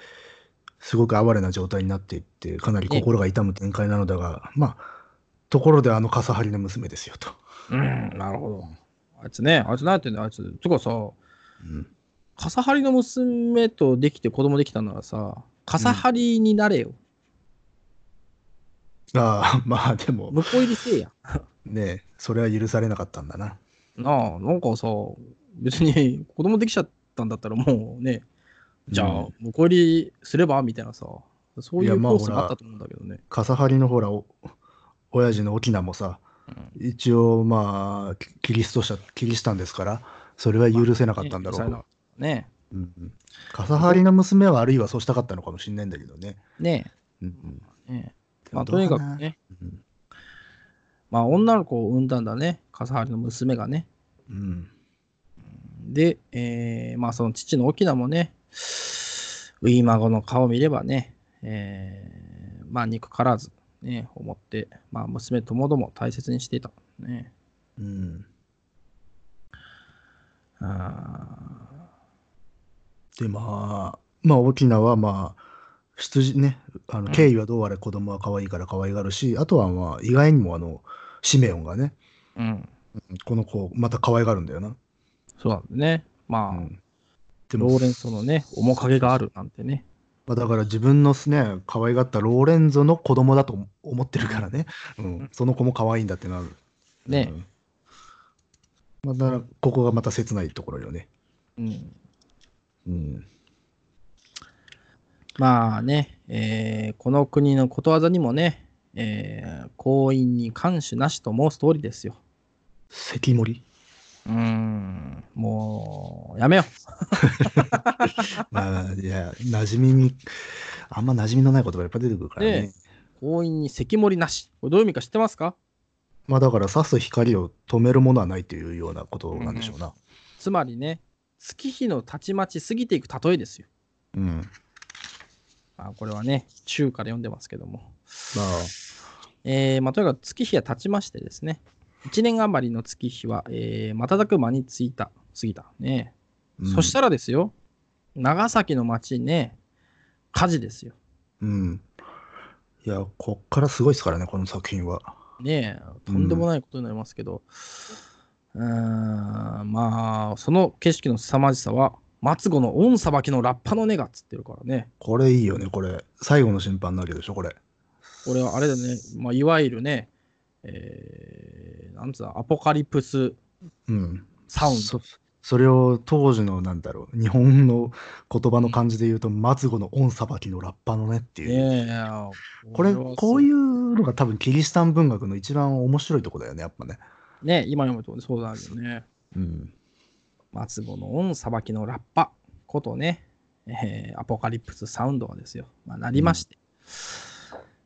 Speaker 2: すごく哀れな状態になっていって、かなり心が痛む展開なのだが、まあ、ところであの笠張りの娘ですよと。
Speaker 1: うん、なるほど。あいつね、あいつなんて言うんだ、あいつ。てかさ、
Speaker 2: うん、
Speaker 1: 笠張りの娘とできて子供できたならさ、笠張りになれよ。
Speaker 2: ああ、まあでも
Speaker 1: 向こう入りせえや。
Speaker 2: ね、それは許されなかったんだな。
Speaker 1: なあ、なんかさ、別に子供できちゃったんだったらもうね、じゃあ
Speaker 2: うん、
Speaker 1: 向こう入りすればみたいなさ、そうい
Speaker 2: いや
Speaker 1: う
Speaker 2: まあ
Speaker 1: コースが
Speaker 2: ほら
Speaker 1: あったと思うんだけどね。
Speaker 2: 笠張りのほら、お親父の沖縄もさ、一応まあ、キキリスト者、キリシタンですから、それは許せなかったんだろ
Speaker 1: ね許
Speaker 2: う。
Speaker 1: されなかったね
Speaker 2: うんうん、笠張りの娘はあるいはそうしたかったのかもしれないんだけどね。
Speaker 1: ね
Speaker 2: うん
Speaker 1: え。ねえ
Speaker 2: うん
Speaker 1: まあ、とにかく。ね、
Speaker 2: どうかな
Speaker 1: まあ、女の子を産んだんだね、笠張りの娘がね。
Speaker 2: うんうん
Speaker 1: で、えーまあその父の沖縄もね、ウィーマゴの顔を見ればね、えーまあ憎からず、ね、思って、まあ娘ともども大切にしていた。ね、
Speaker 2: うん
Speaker 1: あ
Speaker 2: でまあまあ沖縄はまあ出自ねあ
Speaker 1: う
Speaker 2: の
Speaker 1: ん
Speaker 2: 経緯はどうあれ子供は可愛いから可愛がるし、あとはまあ意外にもあのシメオンがね
Speaker 1: ーうん、
Speaker 2: この子をまた可愛がるんだよな、
Speaker 1: そうなんだね。まあ、
Speaker 2: うんで
Speaker 1: ロ
Speaker 2: も
Speaker 1: ーレンソのね、面影があるなんてね。
Speaker 2: まあ、だから自分のね可愛がったローレンゾの子供だと思ってるからね、うんその子も可愛いんだってなる
Speaker 1: ね、
Speaker 2: うんまたここがまた切ないところよね
Speaker 1: うん、
Speaker 2: うん
Speaker 1: まあね、えーこの国のことわざにもね、えー婚姻に関守なしと申す通りですよ。
Speaker 2: 関 [laughs] 森
Speaker 1: うん、もう、やめよう。
Speaker 2: まあいや馴染みにあんま馴染みのない言葉やっぱ出てくるからね
Speaker 1: ね婚姻に関盛りなし。これどういう意味か知ってますか
Speaker 2: まあだから差す光を止めるものはないというようなことなんでしょうな。
Speaker 1: つまりね、月日のたちまち過ぎていく例えですよ。
Speaker 2: うん。
Speaker 1: あこれはね、中から読んでますけども。
Speaker 2: まあ、
Speaker 1: えーまあ、とにかく月日が経ちましてですね、1年余りの月日は、えー瞬く間についた、過ぎた。ね、
Speaker 2: うん
Speaker 1: そしたらですよ、長崎の町ね、火事ですよ。
Speaker 2: うん。いや、こっからすごいですからね、この作品は。
Speaker 1: ねとんでもないことになりますけど、うーん、まあ、その景色の凄まじさは、松子の御さばきのラッパの音がっつってるからね。
Speaker 2: これいいよね、これ。最後の審判なわけでしょ、これ。
Speaker 1: これはあれだね、まあ、いわゆるね、えー、なんつうの、アポカリプス
Speaker 2: うん。
Speaker 1: サウンド
Speaker 2: そ。それを当時の、なんだろう、日本の言葉の漢字で言うと、松子の音さばきのラッパのねっていう。
Speaker 1: ねえ。
Speaker 2: これ、こういううのが多分キリシタン文学の一番面白いとこだよね、やっぱね。
Speaker 1: ね今読むとそうだよね。
Speaker 2: うん。
Speaker 1: 松子の恩裁きのラッパことね、えーアポカリプスサウンドがですよ、まあ、なりまして。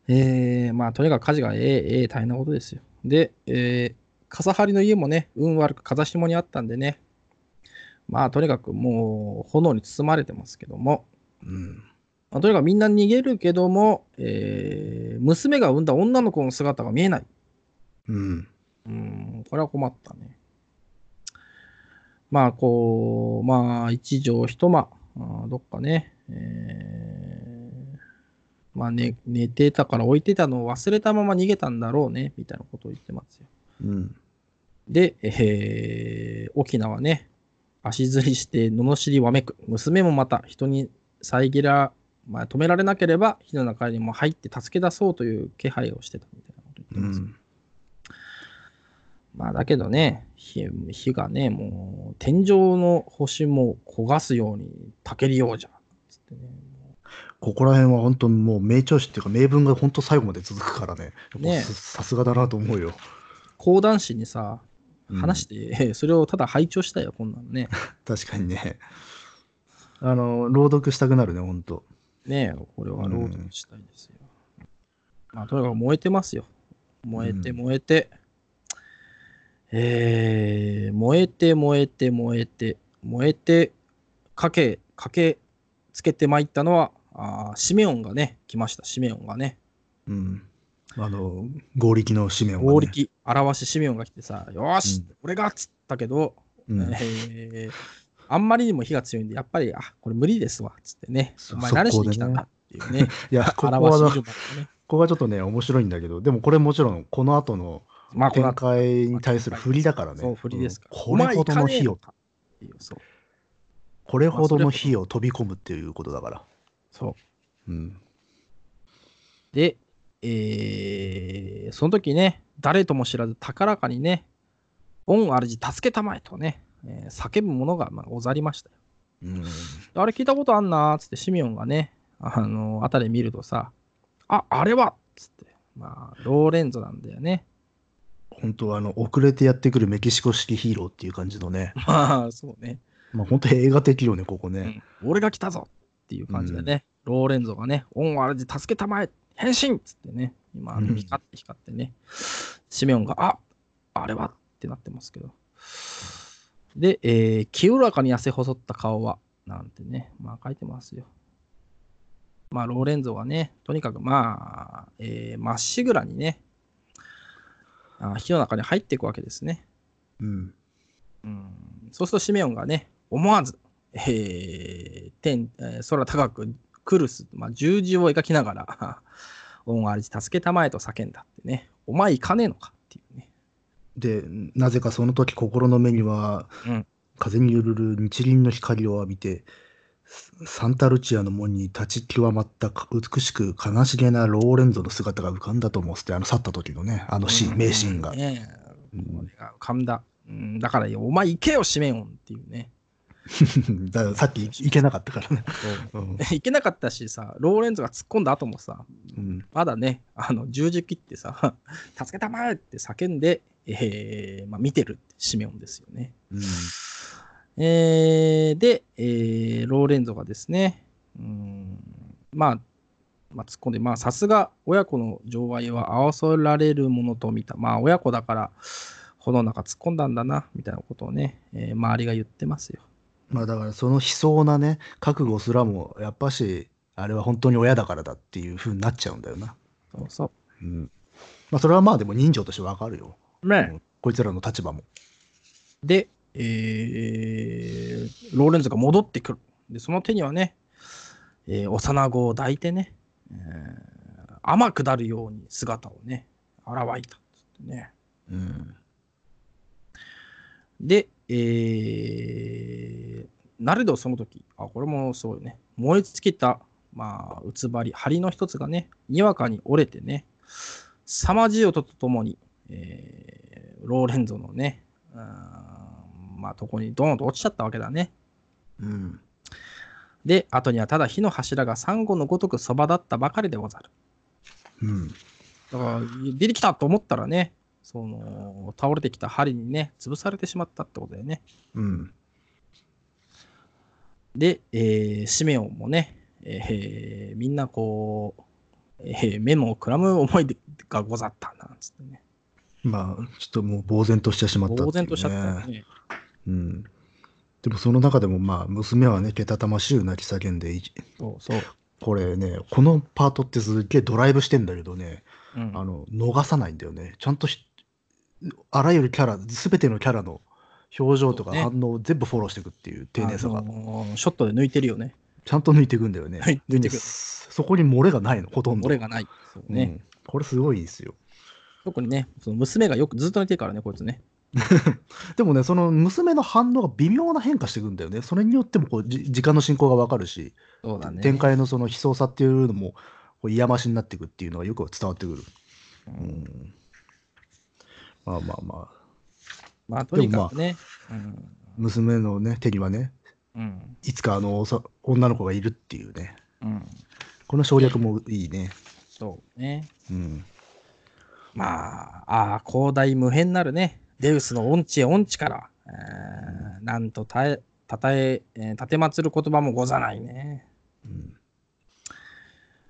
Speaker 1: えーまあ、とにかく火事がええええ大変なことですよ。で、えー、笠張の家もね、運悪く風下にあったんでね、まあ、とにかくもう炎に包まれてますけども、
Speaker 2: うん。
Speaker 1: まあ、とにかくみんな逃げるけども、えー娘が産んだ女の子の姿が見えない。
Speaker 2: うん。
Speaker 1: うん、これは困ったね。まあ、こう、まあ、一条一間、あーどっかね、えーまあ、ね、寝てたから置いてたのを忘れたまま逃げたんだろうね、みたいなことを言ってますよ。
Speaker 2: うん。
Speaker 1: で、えー、沖縄ね、足ずりして、罵りわめく。娘もまた人に遮ら、まあ、止められなければ、火の中にも入って助け出そうという気配をしてたみたいなこと
Speaker 2: う
Speaker 1: 言ってます。
Speaker 2: ん。
Speaker 1: まあだけどね、火火がね、もう天井の星も焦がすようにたけりようじゃ。つってね。
Speaker 2: ここら辺は本当にもう名調子っていうか名文が本当最後まで続くからね。
Speaker 1: ねえ
Speaker 2: ささすがだなと思うよ。
Speaker 1: 講談師にさ、
Speaker 2: うん
Speaker 1: 話して、 [laughs] それをただ拝聴したよ、こんなのね。
Speaker 2: 確かにね。あの、朗読したくなるね、本当。
Speaker 1: ねえ、これは朗読したいですよ。まあとにかく燃えてますよ。燃えて
Speaker 2: うん
Speaker 1: 燃えて。えー、燃えて燃えて燃えて、燃えて、かけ、かけつけてまいったのは、あーシメオンがね、来ました、シメオンがね。
Speaker 2: うん。あの、合力の使命を、ね。
Speaker 1: 合力、表しシミオンが来てさ、よーし、
Speaker 2: う
Speaker 1: 俺がっつったけど、
Speaker 2: うん。
Speaker 1: えーあんまりにも火が強いんで、やっぱり、あこれ無理ですわ、つってね、
Speaker 2: そ
Speaker 1: お前何し
Speaker 2: そこ
Speaker 1: に
Speaker 2: で
Speaker 1: 来た
Speaker 2: ね
Speaker 1: んだっていう
Speaker 2: [laughs]
Speaker 1: ね、[laughs]
Speaker 2: いや、ここ
Speaker 1: 表し
Speaker 2: はな、
Speaker 1: シ
Speaker 2: こ
Speaker 1: ミオンね。
Speaker 2: こがちょっとね、面白いんだけど、でもこれもちろん、この後の
Speaker 1: まあ、この
Speaker 2: 展
Speaker 1: 後、
Speaker 2: 開に対する振りだからね。
Speaker 1: そう、振りですから。
Speaker 2: うんこれほどの火
Speaker 1: お前行かねえの
Speaker 2: を、
Speaker 1: かっていうそう。
Speaker 2: これほどの火を飛び込むっていうことだから。
Speaker 1: そう
Speaker 2: うん。
Speaker 1: で、えーその時ね、誰とも知らず高らかにね、恩主助けたまえとね、えー叫ぶ者がまあござりましたよ。
Speaker 2: うん。
Speaker 1: あれ聞いたことあんなーっつってシミオンがね、あのー、辺り見るとさ、あ、あれはっつって、まあ、ローレンゾなんだよね。 [laughs]
Speaker 2: 本当はあの、遅れてやってくるメキシコ式ヒーローっていう感じのね。
Speaker 1: まあ、そうね。
Speaker 2: まあ本当映画的よね、ここね。
Speaker 1: 俺が来たぞっていう感じでね、ローレンゾがね、恩を主助けたまえ、変身っつってね、今、
Speaker 2: うん
Speaker 1: 光って光ってね、シメオンが、ああれはってなってますけど。で、えー清らかに痩せ細った顔は、なんてね、まあ書いてますよ。まあ、ローレンゾがね、とにかくまあ、えーまっしぐらにね、あー火の中に入っていくわけですね。
Speaker 2: うん。
Speaker 1: うんそうするとシメオンがね、思わず、えー天えー空高くクルス、まあ、十字を描きながら、 [laughs] 恩あり助けたまえと叫んだってね、お前行かねえのかっていうね。
Speaker 2: で、なぜかその時心の目には、
Speaker 1: うん
Speaker 2: 風に揺るる日輪の光を浴びて、サンタルチアの門に立ち極まった美しく悲しげなローレンゾの姿が浮かんだと思うっつって、あの去った時のね、あのシーン、名シーンが。
Speaker 1: ね
Speaker 2: う
Speaker 1: え
Speaker 2: ん
Speaker 1: これが浮かんだ。うん、だから、お前行けよ、シメオンっていうね。
Speaker 2: だからさっき行けなかったからね。うん
Speaker 1: [laughs] 行けなかったしさ、ローレンズが突っ込んだ後もさ、
Speaker 2: うん
Speaker 1: まだね、あの十字切ってさ、 [laughs] 助けたまえって叫んで、えーまあ、見てるシメオンですよね。
Speaker 2: うん
Speaker 1: えーで、えーローレンゾがですね、うーんまあ、まあ、突っ込んで、まあ、さすが親子の情愛は争られるものと見た、まあ、親子だから、炎の中突っ込んだんだな、みたいなことをね、えー周りが言ってますよ。
Speaker 2: まあだからその悲壮なね、覚悟すらも、やっぱし、あれは本当に親だからだっていう風になっちゃうんだよな。
Speaker 1: そうそ
Speaker 2: うん。まあそれはまあでも人情としてわかるよ。
Speaker 1: う。ね
Speaker 2: うんこいつらの立場も。
Speaker 1: で、えーローレンズが戻ってくる。で、その手にはね、えー幼子を抱いてね、えー天下るように姿をね、表いたっつってね。
Speaker 2: うん。
Speaker 1: で、えー、なれどその時、あ、これもすごいね、燃え尽きた、まあ、うつばり、針の一つがね、にわかに折れてね、さまじい音とともに、えーローレンゾのね、うーんまあ、とこにドーンと落ちちゃったわけだね。
Speaker 2: うん。
Speaker 1: で、後にはただ火の柱がサンゴのごとくそばだったばかりでござる。
Speaker 2: うん。
Speaker 1: だから、出てきたと思ったらね、その、倒れてきた針にね、潰されてしまったってことだよね。
Speaker 2: うん。
Speaker 1: で、えーシメオンもね、えーみんなこう、えーメモをくらむ思いがござったなんつってね。
Speaker 2: まあ、ちょっともう呆然としてしまったってい
Speaker 1: 呆
Speaker 2: うね
Speaker 1: 然としちゃったよね。
Speaker 2: うん。でもその中でもまあ、娘はね、けたたましゅう泣き叫んでい、
Speaker 1: そうそう。
Speaker 2: これね、このパートってすっげえドライブしてんだけどね、
Speaker 1: うん
Speaker 2: あの、逃さないんだよね。ちゃんとしあらゆるキャラ、すべてのキャラの表情とか
Speaker 1: そうね
Speaker 2: 反応を全部フォローしていくっていう丁寧さが
Speaker 1: あ、のーショットで抜いてるよね。
Speaker 2: ちゃんと抜いていくんだよね。
Speaker 1: はい
Speaker 2: で
Speaker 1: 抜いて
Speaker 2: ね
Speaker 1: くる
Speaker 2: そこに漏れがないの、ほとんど。
Speaker 1: 俺がない。そう
Speaker 2: ね、
Speaker 1: ね。
Speaker 2: これすごいですよ。
Speaker 1: 特にね、その娘がよくずっと寝てるからね、こいつね。
Speaker 2: でもね、その娘の反応が微妙な変化していくんだよね。それによってもこうじ時間の進行がわかるし、
Speaker 1: そうだね。
Speaker 2: 展開のその悲壮さっていうのも、こう嫌ましになっていくっていうのがよく伝わってくる。
Speaker 1: う
Speaker 2: うんん、まあまあまあ、
Speaker 1: まあ、とにかくね。うん
Speaker 2: 娘のね、手にはね、
Speaker 1: うん。
Speaker 2: いつかあのおさ女の子がいるっていうね、
Speaker 1: うん。
Speaker 2: この省略もいいね。
Speaker 1: そうね。
Speaker 2: うん、
Speaker 1: まあ、ああ、広大無辺なるね、デウスの恩知へ恩知から、えーなんとたえ、たたえ、えー、たてまつる言葉もござないね。
Speaker 2: うん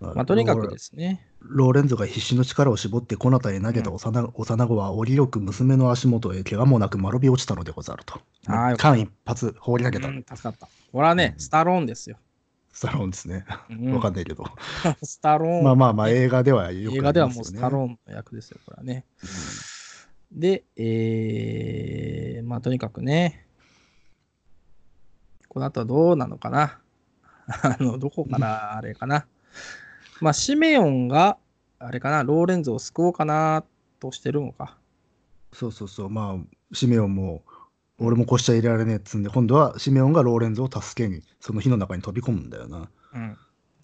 Speaker 1: まあ、とにかく
Speaker 2: ロー
Speaker 1: ですね、
Speaker 2: ローレンゾが必死の力を絞ってコナタへ投げた幼,、幼子は折りよく娘の足元へ怪我もなく丸び落ちたのでござると。
Speaker 1: あーよかった
Speaker 2: 間一髪放り投げた。
Speaker 1: うん助かった。これはね、
Speaker 2: うん
Speaker 1: スタローンですよ。
Speaker 2: スタローンですね。
Speaker 1: うん
Speaker 2: わかんないけど。
Speaker 1: [laughs] スタローン、
Speaker 2: まあまあまあ、映画ではよく
Speaker 1: 映
Speaker 2: あ
Speaker 1: 画
Speaker 2: り
Speaker 1: では
Speaker 2: ます
Speaker 1: も
Speaker 2: よ
Speaker 1: う
Speaker 2: ね
Speaker 1: スタローンの役ですよ、これはね。で、えー、まあとにかくね、この後はどうなのかな。 [laughs] あの、どこからあれかな。まあ、シメオンが、あれかな、ローレンズを救おうかなとしてるのか。
Speaker 2: そうそうそう、まあ、シメオンも、俺もこうしちゃいられねえっつんで、今度はシメオンがローレンズを助けに、その火の中に飛び込むんだよな。
Speaker 1: うん。
Speaker 2: うん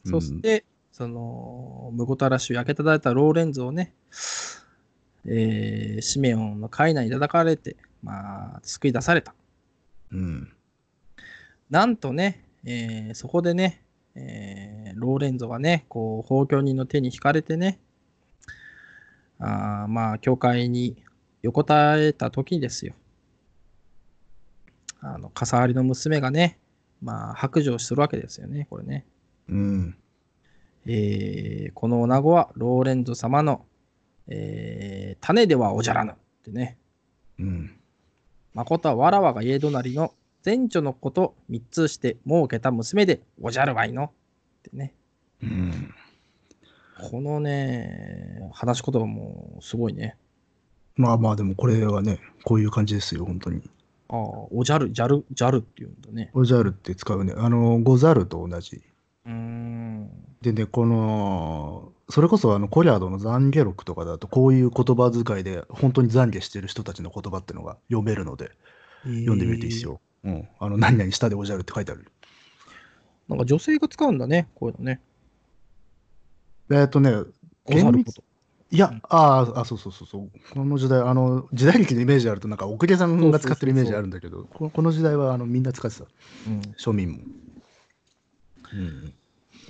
Speaker 1: そして、その、ムゴタラ州焼けただいたローレンズをね、えー、シメオンのカイナに叩かれて、まあ、救い出された。
Speaker 2: うん。
Speaker 1: なんとね、えーそこでね、えーローレンゾがね、こう、奉教人の手に引かれてね、あーまあ、教会に横たえた時ですよ。あの、カサハリの娘がね、まあ、白状するわけですよね、これね。
Speaker 2: うん。
Speaker 1: えーこの女子はローレンゾ様の、えー種ではおじゃらぬってね、
Speaker 2: うん。
Speaker 1: 誠はわらわが家隣の前女の子と密通して儲けた娘でおじゃるわいの。ってね。
Speaker 2: うん。
Speaker 1: このね、話し言葉もすごいね。
Speaker 2: まあまあ、でもこれはね、こういう感じですよ、本当に。
Speaker 1: ああ、おじゃる、じゃる、じゃるって言うんだね。
Speaker 2: おじゃるって使うね。あの、ござると同じ。
Speaker 1: うーん。
Speaker 2: でね、この、それこそあのコリャードの懺悔録とかだと、こういう言葉遣いで、本当に懺悔してる人たちの言葉ってのが読めるので、読
Speaker 1: 読
Speaker 2: んでみるといいです。よ。うん。あの、何々したでおじゃるって書いてある。
Speaker 1: なんか女性が使うんだね、こういうのね。
Speaker 2: えっとね、
Speaker 1: ござること。
Speaker 2: いや、
Speaker 1: うん
Speaker 2: あーあ、そうそうそうそう、この時代、あの時代劇のイメージあると、なんか、奥家さんが使ってるイメージあるんだけど、ここの時代はあのみんな使ってた、
Speaker 1: うん。
Speaker 2: 庶民も。うん、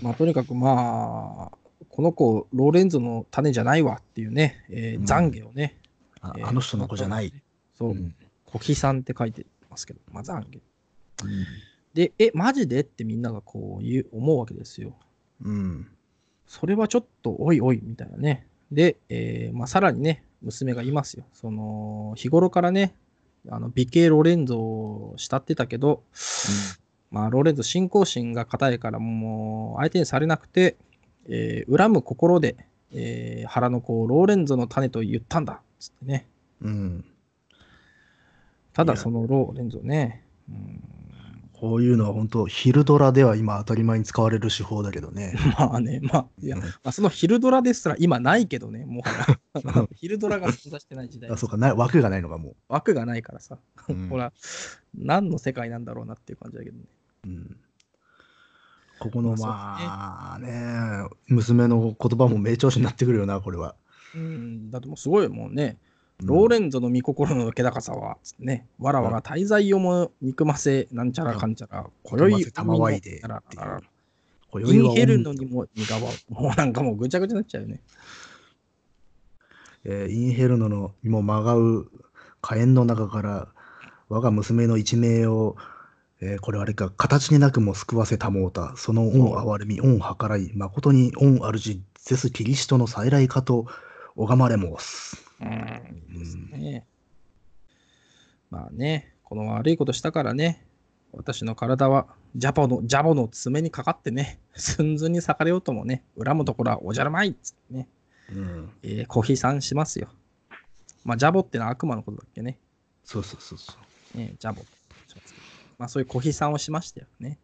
Speaker 1: まあ、とにかくまあ、この子、ローレンゾの種じゃないわっていうね、えー
Speaker 2: うん
Speaker 1: 懺悔をね、
Speaker 2: あ
Speaker 1: えー
Speaker 2: あの人の子じゃない。。
Speaker 1: そうう、
Speaker 2: ん
Speaker 1: 小木さんって書いてますけど、まあ懺悔。で、え、マジでってみんながこう言う思うわけですよ。
Speaker 2: うん
Speaker 1: それはちょっと、おいおい、みたいなね。で、えーまあ、さらにね、娘がいますよ。その、日頃からね、あの美形ロレンゾを慕ってたけど、まあ、ロレンゾ信仰心が固いから、もう、相手にされなくて、えー恨む心で、えー腹の子をローレンゾの種と言ったんだ、つってね。
Speaker 2: うん、
Speaker 1: ただ、
Speaker 2: いや
Speaker 1: そのローレンゾね、うん、 [laughs]
Speaker 2: こういうのは本当、昼ドラでは今、当たり前に使われる手法だけどね。
Speaker 1: まあね、まあ、いや、
Speaker 2: うん
Speaker 1: まあ、その昼ドラですら今ないけどね、も
Speaker 2: [laughs]
Speaker 1: はや。昼ドラが存在してない時代
Speaker 2: あ、、そうか、な枠がないのがも
Speaker 1: 枠がないからさ、
Speaker 2: う。うん
Speaker 1: ほら、何の世界なんだろうなっていう感じだけどね。
Speaker 2: うんここの
Speaker 1: ま
Speaker 2: まあね娘の言葉も名調子になってくるよなこれは。
Speaker 1: うん、だってもうすごいもんね、
Speaker 2: うん
Speaker 1: ローレンゾの御心の気高さは、つってね、わらわが滞在をも憎ませ、なんちゃらかんちゃら、こよ
Speaker 2: ま
Speaker 1: い
Speaker 2: せ、たまわいで
Speaker 1: あら
Speaker 2: ってい
Speaker 1: あら
Speaker 2: う。今
Speaker 1: インヘルのにも苦わう。もうなんかもうぐちゃぐちゃになっちゃうよね。
Speaker 2: えーインヘルノの身もまがう火炎の中から我が娘の一命を、えーこれはあれか形になくも救わせたもうたその恩憐れみ恩計らい誠に恩主ゼスキリストの再来かと拝まれもす、
Speaker 1: うん
Speaker 2: うん
Speaker 1: ですね。まあね、この悪いことしたからね、私の体はジャボの、ジャボの爪にかかってね、 [laughs] 寸ずに逆れようともね、恨むところはおじゃるまいっつってね、
Speaker 2: うん、
Speaker 1: えー、コヒさんしますよ。まあ、ジャボってのは悪魔のことだっけね。
Speaker 2: そうそうそうそう
Speaker 1: ねジャボってしますけど。まあ、そういうコヒさんをしましたよね。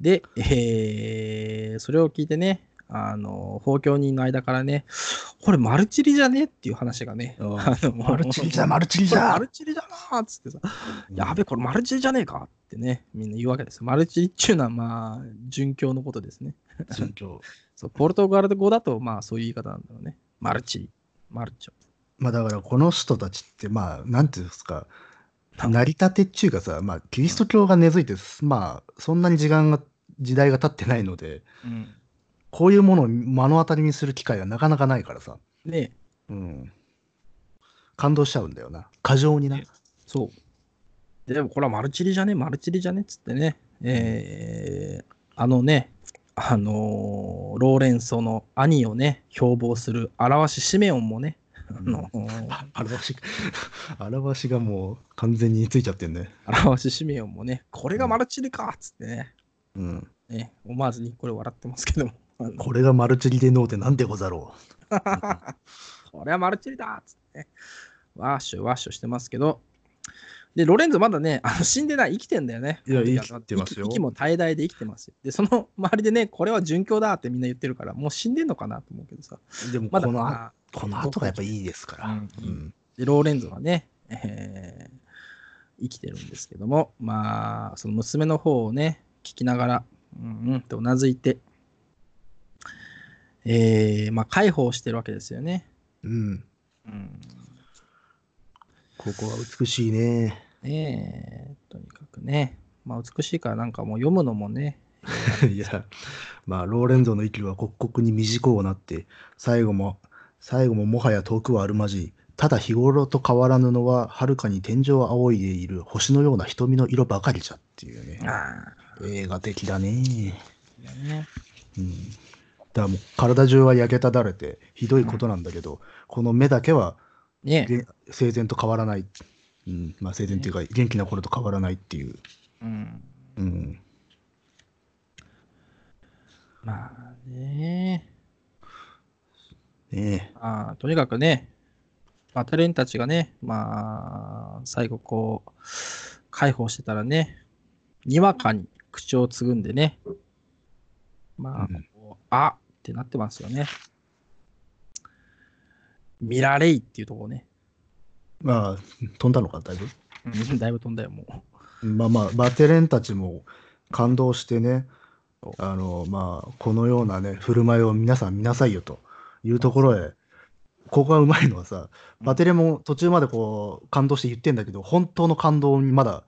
Speaker 1: で、えーそれを聞いてね、あの、奉教人の間からね、これマルチリじゃねっていう話がね、
Speaker 2: あ
Speaker 1: あの
Speaker 2: マルチリだマルチリ
Speaker 1: これ [laughs]
Speaker 2: だ
Speaker 1: マルチリだなーっつってさ、やべ
Speaker 2: べ
Speaker 1: え、これマルチリじゃねえかってね、みんな言うわけです。マルチリっちゅうのは、まあ、殉教のことですね。
Speaker 2: 順調
Speaker 1: そうポルトガル語だと、まあ、そういう言い方なんだろうね。マルチリ、マルチョ。
Speaker 2: まあだからこの人たちってまあなんていうんです
Speaker 1: う
Speaker 2: か
Speaker 1: ん
Speaker 2: 成り立てっちゅうかさ、まあ、キリスト教が根付いてまあそんなに時間が時代が経ってないので
Speaker 1: うん、
Speaker 2: こういうものを目の当たりにする機会がなかなかないからさ、
Speaker 1: で、
Speaker 2: うん、感動しちゃうんだよな過剰にな
Speaker 1: ねそう。でも、これはマルチリじゃねマルチリじゃねっつってね、えーあのね、あのーローレンソの兄をね、標榜する表しシメオンもね、あのー
Speaker 2: あ表し表しがもう完全についちゃってんね、
Speaker 1: 表しシメオンもね、これがマルチリかっつってね、
Speaker 2: うん、
Speaker 1: ね、思わずにこれ笑ってますけども。 [laughs] あの
Speaker 2: これがマルチリでノーってなんでござろ
Speaker 1: これはマルチリだーっつってね、ワッシュワッシュしてますけど、で、ロレンゾまだね、あの死んでない、生きてんだよね。
Speaker 2: いや
Speaker 1: あの時は
Speaker 2: 生きてますよ
Speaker 1: 息息も怠大で生きてますよ。で、その周りでね、これは殉教だってみんな言ってるから、もう死んでんのかなと思うけどさ。
Speaker 2: う。でも
Speaker 1: まだ
Speaker 2: この、
Speaker 1: あ
Speaker 2: この後がやっぱいいですから。
Speaker 1: う
Speaker 2: うんん
Speaker 1: で、ローレンゾはね、えー生きてるんですけども、まあ、その娘の方をね、聞きながら、うんうんとうなずいて、えー、まあ、解放してるわけですよね。
Speaker 2: うん
Speaker 1: うん、
Speaker 2: ここは美しいね。
Speaker 1: ねえ、とにかくね、まあ、美しいからなんかもう読むのもね、
Speaker 2: [laughs] いや、まあ、ローレンゾの息は刻々に短くなって、最後も、最後ももはや遠くはあるまじい。ただ日頃と変わらぬのは、はるかに天井を仰いでいる星のような瞳の色ばかりじゃっていうね。
Speaker 1: あ
Speaker 2: 映画的だね。
Speaker 1: あ、ね、
Speaker 2: うん。だからもう体中は焼けただれて、ひどいことなんだけど、この目だけは
Speaker 1: ねえ、
Speaker 2: げん生前と変わらない。うん。まあ生前っていうか、元気な頃と変わらないっていう。
Speaker 1: うん、
Speaker 2: うん。
Speaker 1: まあね、
Speaker 2: ね
Speaker 1: ああとにかくね、バタレンたちがね、まあ、最後こう、解放してたらね、にわかに口をつぐんでね、まあ、
Speaker 2: うん
Speaker 1: こうあってなってますよね。見られいっていうところね、
Speaker 2: え。まあ、飛んだのか、だいぶ。
Speaker 1: うん、だいぶ飛んだよ、もう。
Speaker 2: まあまあ、バテレンたちも感動してね
Speaker 1: そう、
Speaker 2: あの、まあ、このようなね、振る舞いを皆さん見なさいよというところへ、ここがうまいのはさ、
Speaker 1: うん
Speaker 2: バテレンも途中までこう、感動して言ってんだけど、本当の感動にまだ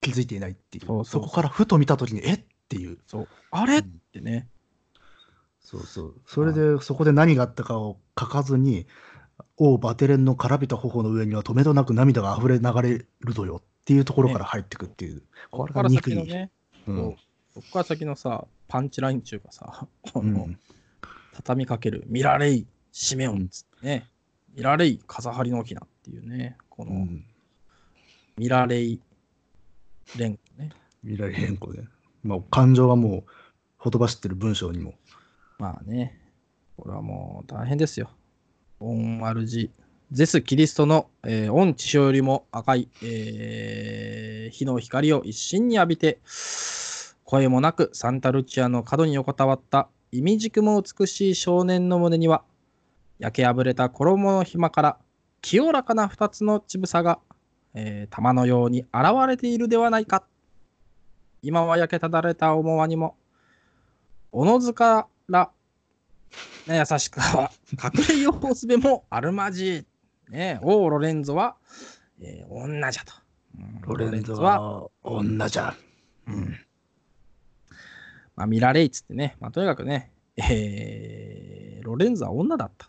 Speaker 2: 気づいていないっていう、
Speaker 1: そうそう
Speaker 2: そこからふと見たときに、えっていう。
Speaker 1: そう。あれっ
Speaker 2: うん
Speaker 1: てね。
Speaker 2: そうそう。それで、そこで何があったかを書かずに、おうバテレンのからびた頬の上には止めどなく涙が溢れ流れるとよっていうところから入ってくっていう、これ
Speaker 1: ここか
Speaker 2: が
Speaker 1: ら
Speaker 2: 憎
Speaker 1: 先
Speaker 2: い
Speaker 1: の。ね、
Speaker 2: う
Speaker 1: そうんそこから先のさ、パンチライン中がさ、こ
Speaker 2: うん
Speaker 1: の、畳みかける、見られい、締めよ
Speaker 2: う
Speaker 1: っ
Speaker 2: ん
Speaker 1: つってね、見られい、風張りのきなっていうね、こ
Speaker 2: う
Speaker 1: の、
Speaker 2: ん、
Speaker 1: 見られい、連呼ね。
Speaker 2: 未来変更で、まあ、感情はもうほとばしってる文章にも
Speaker 1: まあね、これはもう大変ですよ。オンマルジ。ゼス・キリストの、えー、オン地上よりも赤い、えー火の光を一身に浴びて、声もなくサンタルチアの角に横たわった、意味軸も美しい少年の胸には、焼け破れた衣の暇から、清らかな二つの乳房が、えー玉のように現れているではないか。今は焼けただれた思わにも、おのずから、ね、優しくは隠れようすべもあるまじい。ね、おうロレンゾは、えー女じゃと。うん
Speaker 2: ロレンゾ、は女じゃ、うん、
Speaker 1: まあ、見られいっつってね、まあ、とにかくね、えーロレンゾは女だった。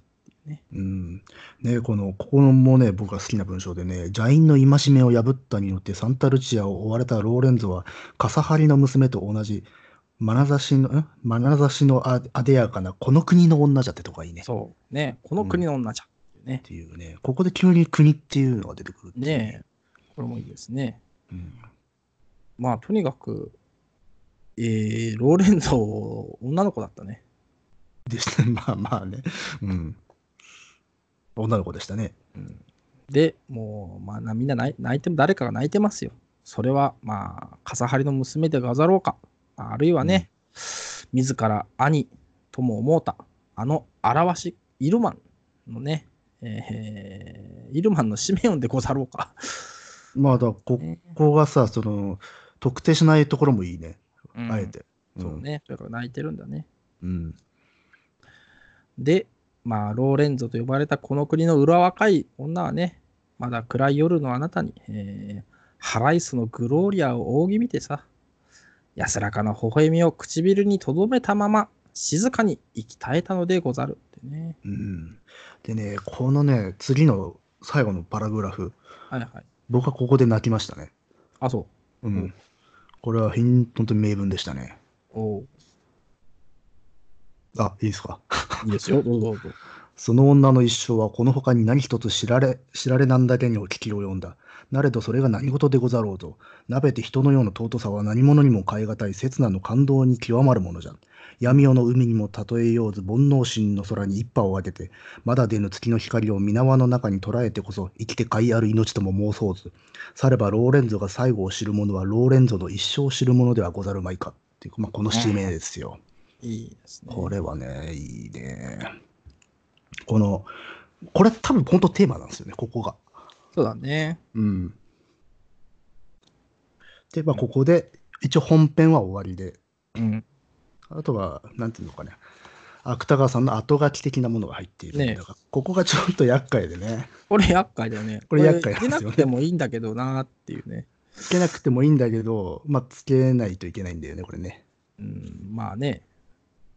Speaker 2: うん、ねこのここのもね僕が好きな文章でね邪因の戒めを破ったによってサンタルチアを追われたローレンゾは笠張りの娘と同じ眼差しのん眼差しのああでやかなこの国の女じゃってとかいいねっ
Speaker 1: そう。ね、この国の女じゃ。ね、
Speaker 2: ていうねここで急に国っていうのが出てくるっていう
Speaker 1: ねこれもいいですね。
Speaker 2: うん
Speaker 1: まあ、とにかく、えーローレンゾ、女の子だったね。
Speaker 2: で [laughs] したまあまあねうん女の子でしたね
Speaker 1: うんで、もう、まあ、なみんな泣い泣いても、誰かが泣いてますよ。それは、まあ、笠張りの娘でござろうか。あるいはね、自ら兄とも思うた、あの、表し、イルマンのね、えーイルマンの [laughs] シメオンでござろうか。
Speaker 2: まあだから
Speaker 1: [laughs]
Speaker 2: こ
Speaker 1: ね
Speaker 2: こがさその特定しないところもいいね、あえ。て。
Speaker 1: そうね、とにかく泣いてるんだね。
Speaker 2: うん。
Speaker 1: で、まあ、ローレンゾと呼ばれたこの国の裏若い女はね、まだ暗い夜のあなたに、えーハライスのグローリアを仰ぎ見てさ、安らかな微笑みを唇に留めたまま、静かに息絶えたのでござるってね。
Speaker 2: うんうん、でねこのね次の最後のパラグラフ
Speaker 1: はいはい。
Speaker 2: 僕はここで泣きましたね。
Speaker 1: あ、そううん
Speaker 2: ん。これは本当に名文でしたね。
Speaker 1: う。おう
Speaker 2: あいいですか。 [laughs]
Speaker 1: いいですよ。どうぞどうぞ。
Speaker 2: その女の一生はこの他に何一つ知られ、知られなんだけにお聞き及んだ。なれどそれが何事でござろうと。なべて人のような尊さは何者にも変え難い刹那の感動に極まるものじゃ。闇夜の海にも例えようず煩悩心の空に一波を当てて、まだ出ぬ月の光を皆輪の中に捉えてこそ生きて甲斐ある命とも妄想ず。さればローレンゾが最後を知る者はローレンゾの一生を知る者ではござるまいか。っていう、まあ、この使命ですよ。
Speaker 1: いいですね。
Speaker 2: これはね、いいね。この、これ多分本当テーマなんですよね、ここが。
Speaker 1: そうだね。
Speaker 2: うん。で、まあ、ここで、一応本編は終わりで、
Speaker 1: うん。
Speaker 2: あとは、なんていうのかね、芥川さんの後書き的なものが入っているん
Speaker 1: ね
Speaker 2: だが、ここがちょっと厄介でね、
Speaker 1: これ厄介だよね。
Speaker 2: これ厄介なん
Speaker 1: 出
Speaker 2: です
Speaker 1: な
Speaker 2: よね
Speaker 1: くてもいいんだけどなーっていうね。
Speaker 2: つけなくてもいいんだけど、まあ、つけないといけないんだよね、これね。
Speaker 1: うん、まあね。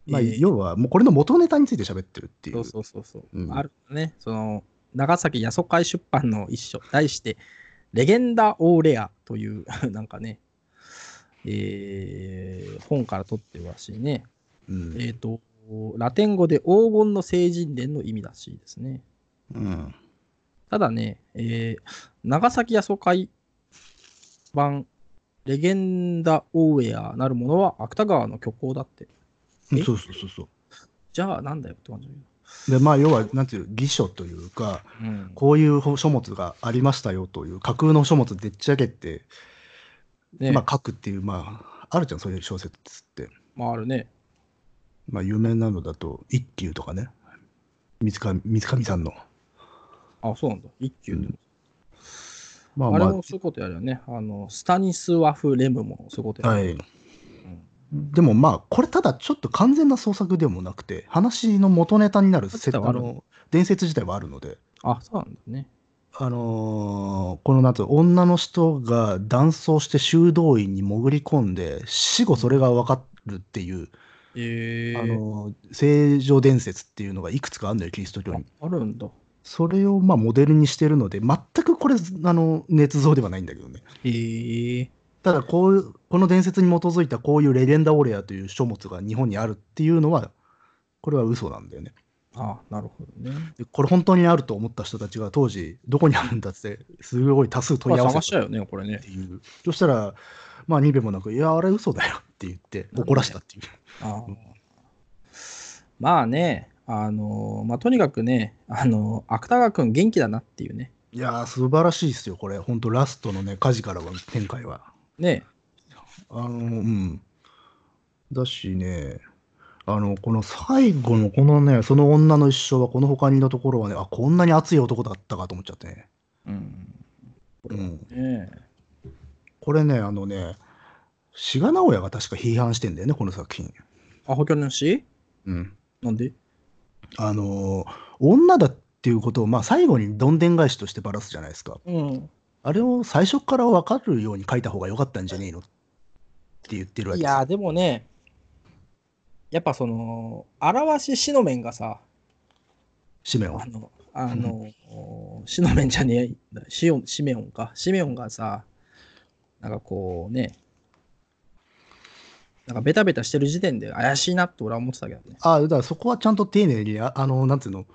Speaker 2: まあ、
Speaker 1: えー
Speaker 2: 要は、もうこれの元ネタについて喋ってるってい
Speaker 1: そうう。そうそうそう、
Speaker 2: うん
Speaker 1: あるね。その、長崎八十会出版の一書、題して、レゲンダ・オーレアという、 [laughs] なんかね、えー本から取ってるらしいね。
Speaker 2: うん
Speaker 1: えっ、と、ラテン語で黄金の聖人伝の意味らしいですね。
Speaker 2: うん
Speaker 1: ただね、えー長崎八十会版、レゲンダ・オーエアなるものは芥川の虚構だって。え
Speaker 2: そうそうそうそ
Speaker 1: じゃあなんだよって感じだ
Speaker 2: う。で、まあ、要は、なんていう、偽書というか、
Speaker 1: けど。うん
Speaker 2: こういう書物がありましたよという架空の書物でっち上げて、
Speaker 1: ね
Speaker 2: まあ書くっていう、まあ、あるじゃん、そういう小説って。
Speaker 1: まあ、あるね。
Speaker 2: まあ、有名なのだと、一休とかね、水上水上さんの。
Speaker 1: あ、そうなんだ。一級
Speaker 2: うんま
Speaker 1: あ
Speaker 2: あま
Speaker 1: れもそういうことやるよね。あの、スタニスワフ・レムもそういうこと
Speaker 2: あ、
Speaker 1: や
Speaker 2: は
Speaker 1: る。
Speaker 2: い。でもまあ、これただちょっと完全な創作でもなくて、話の元ネタになるせ
Speaker 1: ちょ
Speaker 2: あ
Speaker 1: っとある
Speaker 2: の伝説自体はあるので、
Speaker 1: あ、そうなんだね。
Speaker 2: あのーこの夏、女の人が男装して修道院に潜り込んで、死後それが分かるっていう、
Speaker 1: えー、
Speaker 2: あの聖女伝説っていうのがいくつかあるのよ、キリスト教に。
Speaker 1: ああるんだ。
Speaker 2: それをまあモデルにしてるので、全くこれ、あの捏造ではないんだけどね。
Speaker 1: えー、
Speaker 2: ただこういう、この伝説に基づいたこういうレジェンダ・オレアという書物が日本にあるっていうのは、これは嘘なんだよね。
Speaker 1: あ、なるほどね。
Speaker 2: でこれ本当にあると思った人たちが当時、どこにあるんだって、すごい多数問い合わ
Speaker 1: 探
Speaker 2: せ
Speaker 1: したた
Speaker 2: っ
Speaker 1: よね、これね
Speaker 2: て。いう。そしたら、まあ、にべもなく、いや、あれ嘘だよって言って怒らしたっていう。
Speaker 1: あーまあね、あのーまあ、とにかくね、あのー芥川君元気だなっていうね。
Speaker 2: いやー、素晴らしいですよ、これ。本当ラストのね、火事からは展開は。
Speaker 1: ね、
Speaker 2: あの、うん。だしね、あの、この最後の、このね、その女の一生は、この他にのところはね、あ、こんなに熱い男だったかと思っちゃってね。
Speaker 1: うん、
Speaker 2: うん。
Speaker 1: ね
Speaker 2: これね、あのね、志賀直哉が確か批判してんだよね、この作品。
Speaker 1: あ、補強の詩
Speaker 2: うん。
Speaker 1: なんで
Speaker 2: あの、女だっていうことを、まあ、最後にどんでん返しとしてばらすじゃないですか。
Speaker 1: うん。
Speaker 2: あれを最初から分かるように書いた方が良かったんじゃねえのって言ってるわ
Speaker 1: い
Speaker 2: けですよ
Speaker 1: やー、でもね、やっぱその、表し詩の面がさ、
Speaker 2: 紙面を
Speaker 1: あ。の、あの、シノメンじゃねえんだ、シオン、シメオンか。シメオンがさ、なんかこうね、なんかベタベタしてる時点で怪しいなって俺は思ってたけどね。
Speaker 2: あだからそこはちゃんと丁寧にああのなんていうの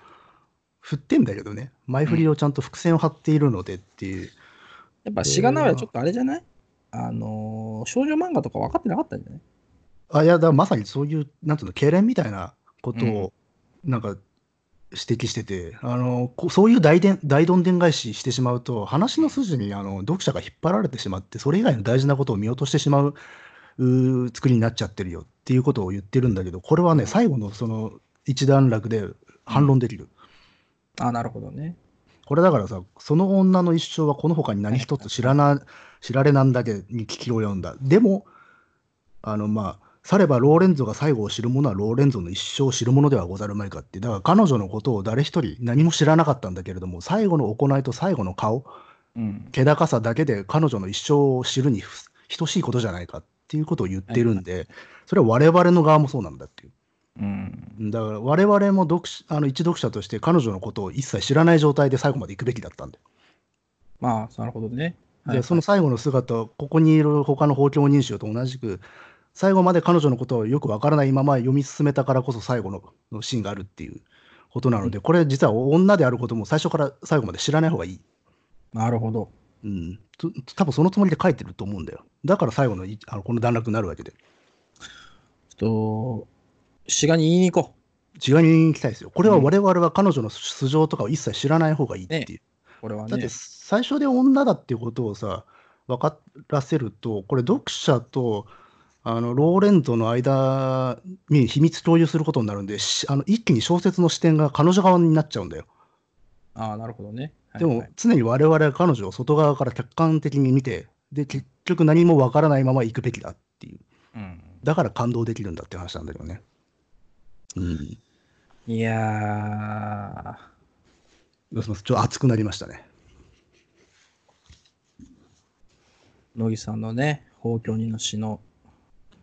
Speaker 2: 振ってんだけどね前振りをちゃんと伏線を張っているのでっていう、
Speaker 1: やっぱ志賀直哉ちょっとあれじゃないあのー少女漫画とか分かってなかったんじゃない
Speaker 2: あいやだからまさにそういうなんていうの痙攣みたいなことをなんか指摘してて、あのこそういう大でん大どんでん返ししてしまうと話の筋にあの読者が引っ張られてしまってそれ以外の大事なことを見落としてしまううー作りになっちゃってるよっていうことを言ってるんだけどこれはね最後のその一段落で反論できる。
Speaker 1: あ、なるほどね。
Speaker 2: これだからさ、その女の一生はこの他に何一つ知らな、知られなんだけに聞き及んだ。でも、あのまあ、さればローレンゾが最後を知る者はローレンゾの一生を知る者ではござるまいかって。だから彼女のことを誰一人何も知らなかったんだけれども、最後の行いと最後の顔、
Speaker 1: うん。
Speaker 2: 気高さだけで彼女の一生を知るにふす等しいことじゃないかっていうことを言ってるんで、それは我々の側もそうなんだっていう。
Speaker 1: うん。
Speaker 2: だから我々も読者あの一読者として彼女のことを一切知らない状態で最後まで行くべきだったんで。
Speaker 1: まあ、なるほどね。はい
Speaker 2: でその最後の姿はここにいる他の法教人衆と同じく最後まで彼女のことをよくわからないまま読み進めたからこそ最後ののシーンがあるっていうことなので、これ実は女であることも最初から最後まで知らない方がいい。
Speaker 1: なるほど。
Speaker 2: うん。と多分そのつもりで書いてると思うんだよ。だから最後のいあのこの段落になるわけで。
Speaker 1: ちょっと、滋賀に言いに行こ
Speaker 2: 違いに行きたいですよ。これは我々は彼女の素性とかを一切知らない方がいいっていう。
Speaker 1: う。これは
Speaker 2: だって
Speaker 1: ね。
Speaker 2: 最初で女だっていうことをさ分からせるとこれ読者とあのローレンゾの間に秘密共有することになるんでしあの一気に小説の視点が彼女側になっちゃうんだよ。
Speaker 1: ああ、なるほどね。はい
Speaker 2: でも
Speaker 1: はい
Speaker 2: 常に我々は彼女を外側から客観的に見てで結局何も分からないまま行くべきだっていう
Speaker 1: うん、
Speaker 2: だから感動できるんだって話なんだけどね。うん、
Speaker 1: いやー、
Speaker 2: すいませんちょっと熱くなりましたね。
Speaker 1: 乃木さんのね、宝鏡人の詩の。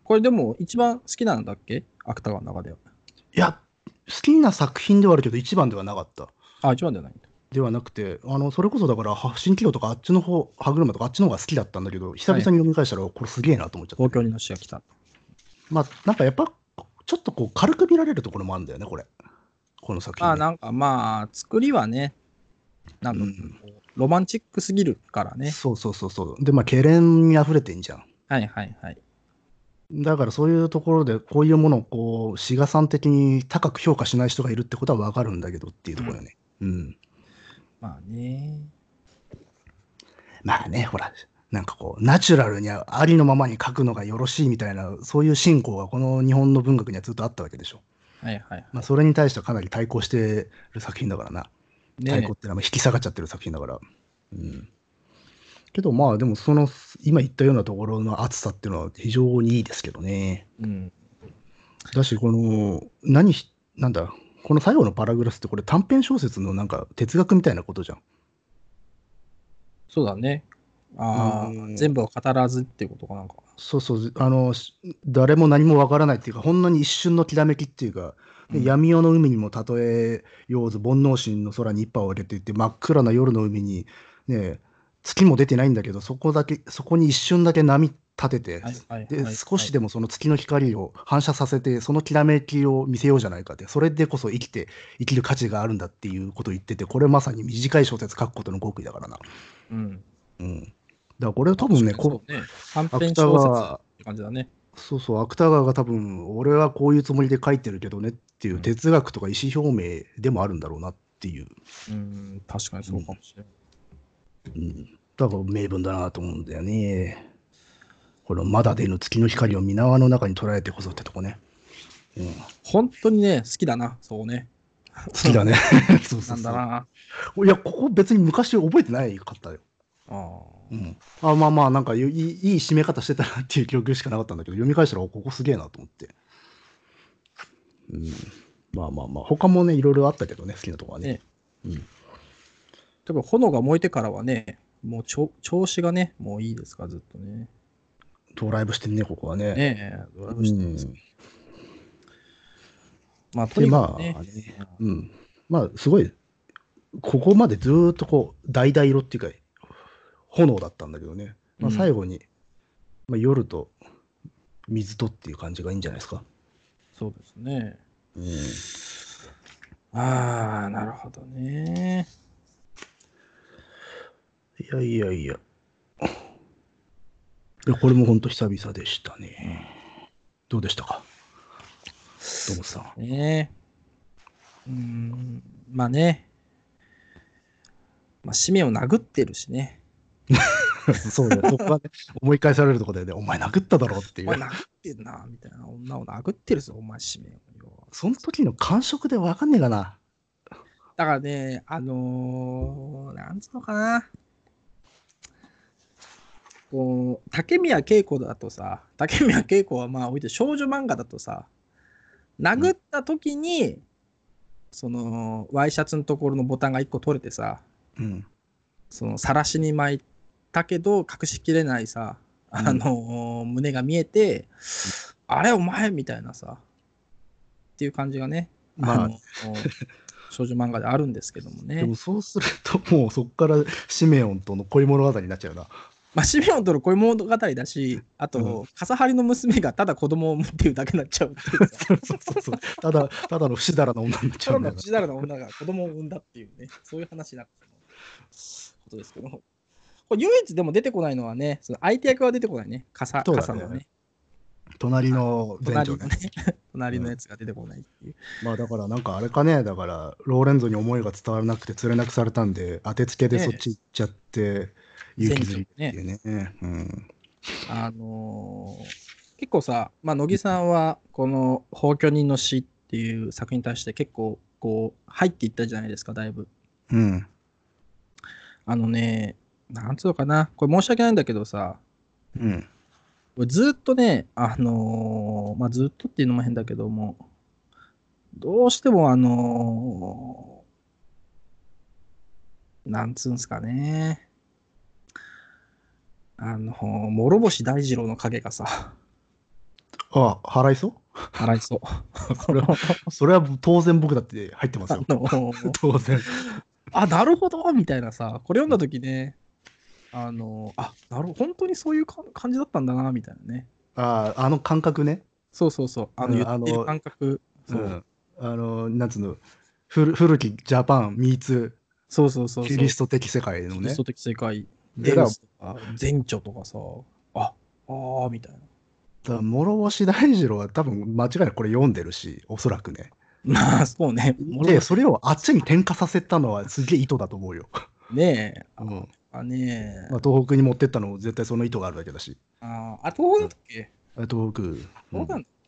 Speaker 1: これでも一番好きなんだっけ芥川の中では。
Speaker 2: いや好きな作品ではあるけど一番ではなかった。
Speaker 1: あ、一番じゃないんだ。
Speaker 2: ではなくて、あのそれこそだから、は新規度とかあっちの方、歯車とかあっちの方が好きだったんだけど、久々に読み返したら、これすげえなと思っちゃった。
Speaker 1: 宝鏡人の詩が来た。
Speaker 2: まあ、なんかやっぱ、ちょっとこう軽く見られるところもあるんだよね、これ。この作品、
Speaker 1: ま
Speaker 2: ね。
Speaker 1: あなんかまあ、作りはね、なんかこうロマンチックすぎるからね。
Speaker 2: そうそうそうそう。で、まあ、けれんに溢れてんじゃん。
Speaker 1: はいはいはい。
Speaker 2: だからそういうところで、こういうものをこう、志賀さん的に高く評価しない人がいるってことは分かるんだけどっていうところよね。うん。
Speaker 1: まあね。
Speaker 2: まあね、ほら、なんかこう、ナチュラルにありのままに書くのがよろしいみたいな、そういう信仰がこの日本の文学にはずっとあったわけでしょ。
Speaker 1: はいはい。
Speaker 2: まあ、それに対してはかなり対抗してる作品だからな。対
Speaker 1: ね
Speaker 2: 抗ってのはまあ引き下がっちゃってる作品だから。うん、けどまあでもその今言ったようなところの厚さっていうのは非常にいいですけどね。
Speaker 1: うん。
Speaker 2: だしこの何ひなんだこの最後のパラグラスってこれ短編小説のなんか哲学みたいなことじゃん。
Speaker 1: そうだね。ああ、
Speaker 2: うん
Speaker 1: 全部は語らずっていうことかなんか。
Speaker 2: そうそうあのし誰も何もわからないっていうかほんのに一瞬のきらめきっていうか、で
Speaker 1: うん
Speaker 2: 闇夜の海にもたとえようず煩悩心の空に一杯を入れていって真っ暗な夜の海にね月も出てないんだけどそこだけそこに一瞬だけ波立てて、
Speaker 1: はいはい
Speaker 2: で
Speaker 1: はい
Speaker 2: 少しでもその月の光を反射させてそのきらめきを見せようじゃないかってそれでこそ生きて生きる価値があるんだっていうことを言っててこれまさに短い小説書くことの極意だからな。
Speaker 1: うん。
Speaker 2: うん、だからこれは多分ね
Speaker 1: そ
Speaker 2: こ
Speaker 1: うね。短
Speaker 2: 芥
Speaker 1: 編小説
Speaker 2: 川
Speaker 1: って感じだね。
Speaker 2: そうそう、芥川が多分、俺はこういうつもりで書いてるけどねっていううん哲学とか意思表明でもあるんだろうなっていう、
Speaker 1: うん、確かにそうかもしれない。
Speaker 2: うん、だから名分だなと思うんだよね。このまだ出ぬ月の光を水縄の中に捉えてこそってとこね。うん、
Speaker 1: 本当にね、好きだな、そうね。
Speaker 2: 好きだね。 [laughs] そう
Speaker 1: [laughs] な
Speaker 2: そうん
Speaker 1: だ
Speaker 2: そ
Speaker 1: な。
Speaker 2: う。いや、ここ別に昔覚えてないかったよ。
Speaker 1: あ
Speaker 2: う
Speaker 1: ー
Speaker 2: ん、あまあまあ、なんかいいいい締め方してたなっていう記憶しかなかったんだけど、読み返したら、おここすげえなと思って。うん、まあまあまあ、他もね、いろいろあったけどね、好きなとこはね。
Speaker 1: ね
Speaker 2: うん、
Speaker 1: 多分炎が燃えてからはね、もうちょ調子がね、もういいですから、ずっとね。
Speaker 2: ドライブしてんね、ここは
Speaker 1: ね
Speaker 2: ね。
Speaker 1: え、ドライ
Speaker 2: う
Speaker 1: ブしてます。
Speaker 2: ん、
Speaker 1: まあ、と
Speaker 2: で、
Speaker 1: にか
Speaker 2: ま
Speaker 1: く
Speaker 2: あ、
Speaker 1: ね、
Speaker 2: ねうん、まあ、すごい、ここまでずーっとこう、橙色っていうか、炎だったんだけどね、まあ、
Speaker 1: うん
Speaker 2: 最後に、まあ、夜と水とっていう感じがいいんじゃないですか。
Speaker 1: そうですね。
Speaker 2: うん
Speaker 1: ああ、なるほどね。
Speaker 2: いやいやいや。いやこれも本当久々でしたね。どうでしたかどう
Speaker 1: [laughs]
Speaker 2: もさん。
Speaker 1: ねえ。うーん、まあね。まあ、使命を殴ってるしね。
Speaker 2: そうだよ。そこがね、 [laughs] 思い返されるとこだよね。お前殴っただろってい
Speaker 1: お前
Speaker 2: う。
Speaker 1: 殴ってんな、みたいな。女を殴ってるぞ、お前使命を。要は
Speaker 2: その時の感触でわかんねえかな。
Speaker 1: だからね、あのー、なんつうのかな。こう、竹宮恵子だとさ、竹宮恵子はまあ置いて少女漫画だとさ、殴った時に、その、ワイシャツのところのボタンが1個取れてさ、
Speaker 2: うん。
Speaker 1: その、晒しに巻いたけど、隠しきれないさ、あのー胸が見えて、あれお前みたいなさ、っていう感じがね、
Speaker 2: まあ
Speaker 1: のー少女漫画であるんですけどもね。 [laughs]
Speaker 2: でもそうすると、もうそこからシメオンとの恋物語になっちゃうな。
Speaker 1: まあ、シメオンとの恋物語だし、あと、笠張の娘がただ子供を産むっていうだけになっちゃうっていうさ
Speaker 2: [laughs] そうそうそうそう。ただ、ただの不死だらの女になっち
Speaker 1: た
Speaker 2: ゃう
Speaker 1: だの
Speaker 2: んだよな
Speaker 1: 父だらの女が子供を産んだっていうね、そういう話なんですことですけど、これ唯一でも出てこないのはね、その相手役は出てこないね、笠
Speaker 2: そうだね
Speaker 1: 笠のね、
Speaker 2: 隣の前
Speaker 1: 隣
Speaker 2: 女
Speaker 1: の
Speaker 2: ね。
Speaker 1: ね、隣のやつが出てこないっていう。
Speaker 2: まあだからなんかあれかね、だからローレンゾに思いが伝わらなくて連れなくされたんで、当てつけでそっち行っちゃって、勇気づいてっていうね。うん。
Speaker 1: あのー結構さ、まあ、乃木さんはこの「放去人の死」っていう作品に対して結構こう入っていったじゃないですかだいぶ。
Speaker 2: うん。
Speaker 1: あのねなんつうのかなこれ申し訳ないんだけどさ
Speaker 2: うん。
Speaker 1: 俺ずっとねあのーまあずっとっていうのも変だけどもどうしてもあのーなんつうんすかねあのー諸星大二郎の影がさ
Speaker 2: あ、払いそ
Speaker 1: 払いそう。 [laughs]
Speaker 2: [laughs] それは、それは当然僕だって入ってます
Speaker 1: あ
Speaker 2: よ。
Speaker 1: の
Speaker 2: [laughs] 当然。
Speaker 1: あなるほどみたいなさこれ読んだ時ねあのあなるほど本当にそういうか感じだったんだなみたいなね
Speaker 2: ああ、あの感覚ね。
Speaker 1: そうそうそうあの
Speaker 2: うん
Speaker 1: 言って
Speaker 2: あ
Speaker 1: る
Speaker 2: の
Speaker 1: 感覚、そう
Speaker 2: うん。あの、なんつうの、古古きジャパン、ミーツ、
Speaker 1: そうそうそうそう
Speaker 2: キリスト的世界の
Speaker 1: キリ
Speaker 2: ね
Speaker 1: ス。ト的世界
Speaker 2: だから
Speaker 1: エースとか前著とかさああーみたいな [laughs]
Speaker 2: だから諸星大二郎は多分間違いなくこれ読んでるし、おそらくね。
Speaker 1: まあそうね
Speaker 2: で、それをあっちに転嫁させたのはすげえ意図だと思うよ。
Speaker 1: ねえ
Speaker 2: うん
Speaker 1: あねえ
Speaker 2: まあ、東北に持ってったのも絶対その意図があるだけだし。
Speaker 1: ああ東方だったっけ
Speaker 2: 東北。う
Speaker 1: 東
Speaker 2: ん
Speaker 1: 方なん
Speaker 2: [laughs]
Speaker 1: だっ [laughs]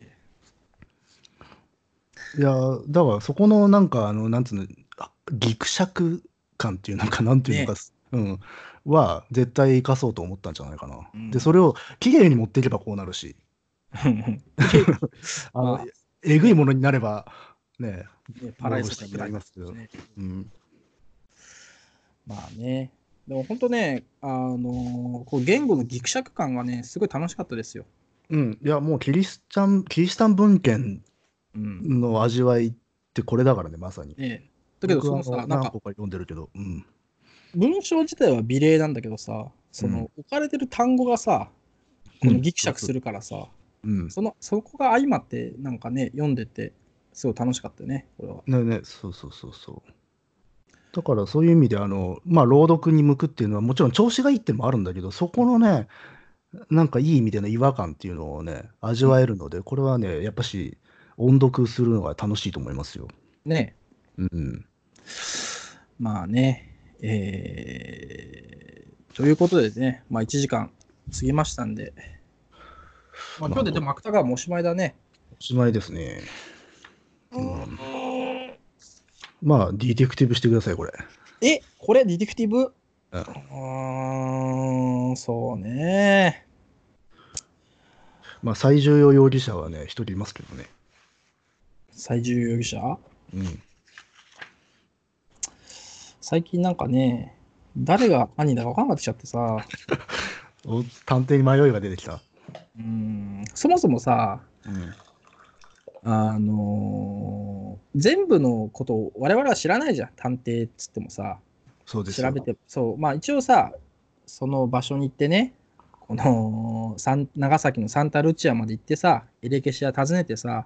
Speaker 1: け、
Speaker 2: いや、だからそこのなんか、あの、なんつうの、あギクシャク感っていうのか、なんていうのか、うん、は絶対生かそうと思ったんじゃないかな。
Speaker 1: うん
Speaker 2: で、それを綺麗に持っていけばこうなるし、
Speaker 1: うん
Speaker 2: あの
Speaker 1: まあ
Speaker 2: えぐいものになれば、ね、
Speaker 1: ねパラダイス
Speaker 2: になりますけど。
Speaker 1: ね
Speaker 2: うん、
Speaker 1: まあね、でも本当ね、あのこう言語のギクシャク感がね、すごい楽しかったですよ。
Speaker 2: うん、いや、もうキリスチャン、キリシタン文献
Speaker 1: うん
Speaker 2: の味わいってこれだからね、まさに。
Speaker 1: ねえだけど、その
Speaker 2: 僕はあ
Speaker 1: さ、なん
Speaker 2: 何
Speaker 1: か
Speaker 2: 個か読んでるけど、うん。
Speaker 1: 文章自体は美麗なんだけどさ、その置かれてる単語がさ、このギクシャクするからさ、
Speaker 2: うん。
Speaker 1: そのそこが相まって、なんかね、読んでて、すごい楽しかったよね、これは。
Speaker 2: ねね、そうそうそうそう。だからそういう意味で、あの、まあ、朗読に向くっていうのは、もちろん調子がいいってのもあるんだけど、そこのね、なんかいい意味での違和感っていうのをね、味わえるので、これはね、やっぱし、音読するのが楽しいと思いますよ。
Speaker 1: ね
Speaker 2: うん。
Speaker 1: えまあね、えー、ということでね、まあ1時間過ぎましたんで、まあ今日ででも芥川もおしまいだね。
Speaker 2: おしまいですね。うん、まあ、ディテクティブしてください、これ。
Speaker 1: え、これディティクティブ
Speaker 2: うん
Speaker 1: うーん、そうね。
Speaker 2: まあ、最重要容疑者はね、一人いますけどね。
Speaker 1: 最重要容疑者
Speaker 2: うん。
Speaker 1: 最近なんかね、誰が犯人だか分かんなくなってきちゃってさ、
Speaker 2: お探偵に迷いが出てきた。
Speaker 1: うーん、そもそもさ、
Speaker 2: うん。
Speaker 1: あのー全部のことを我々は知らないじゃん、探偵っつってもさ、
Speaker 2: そうです
Speaker 1: 調
Speaker 2: よ
Speaker 1: べて、そう、まあ一応さ、その場所に行ってね、このサン長崎のサンタルチアまで行ってさ、エレケシア訪ねてさ、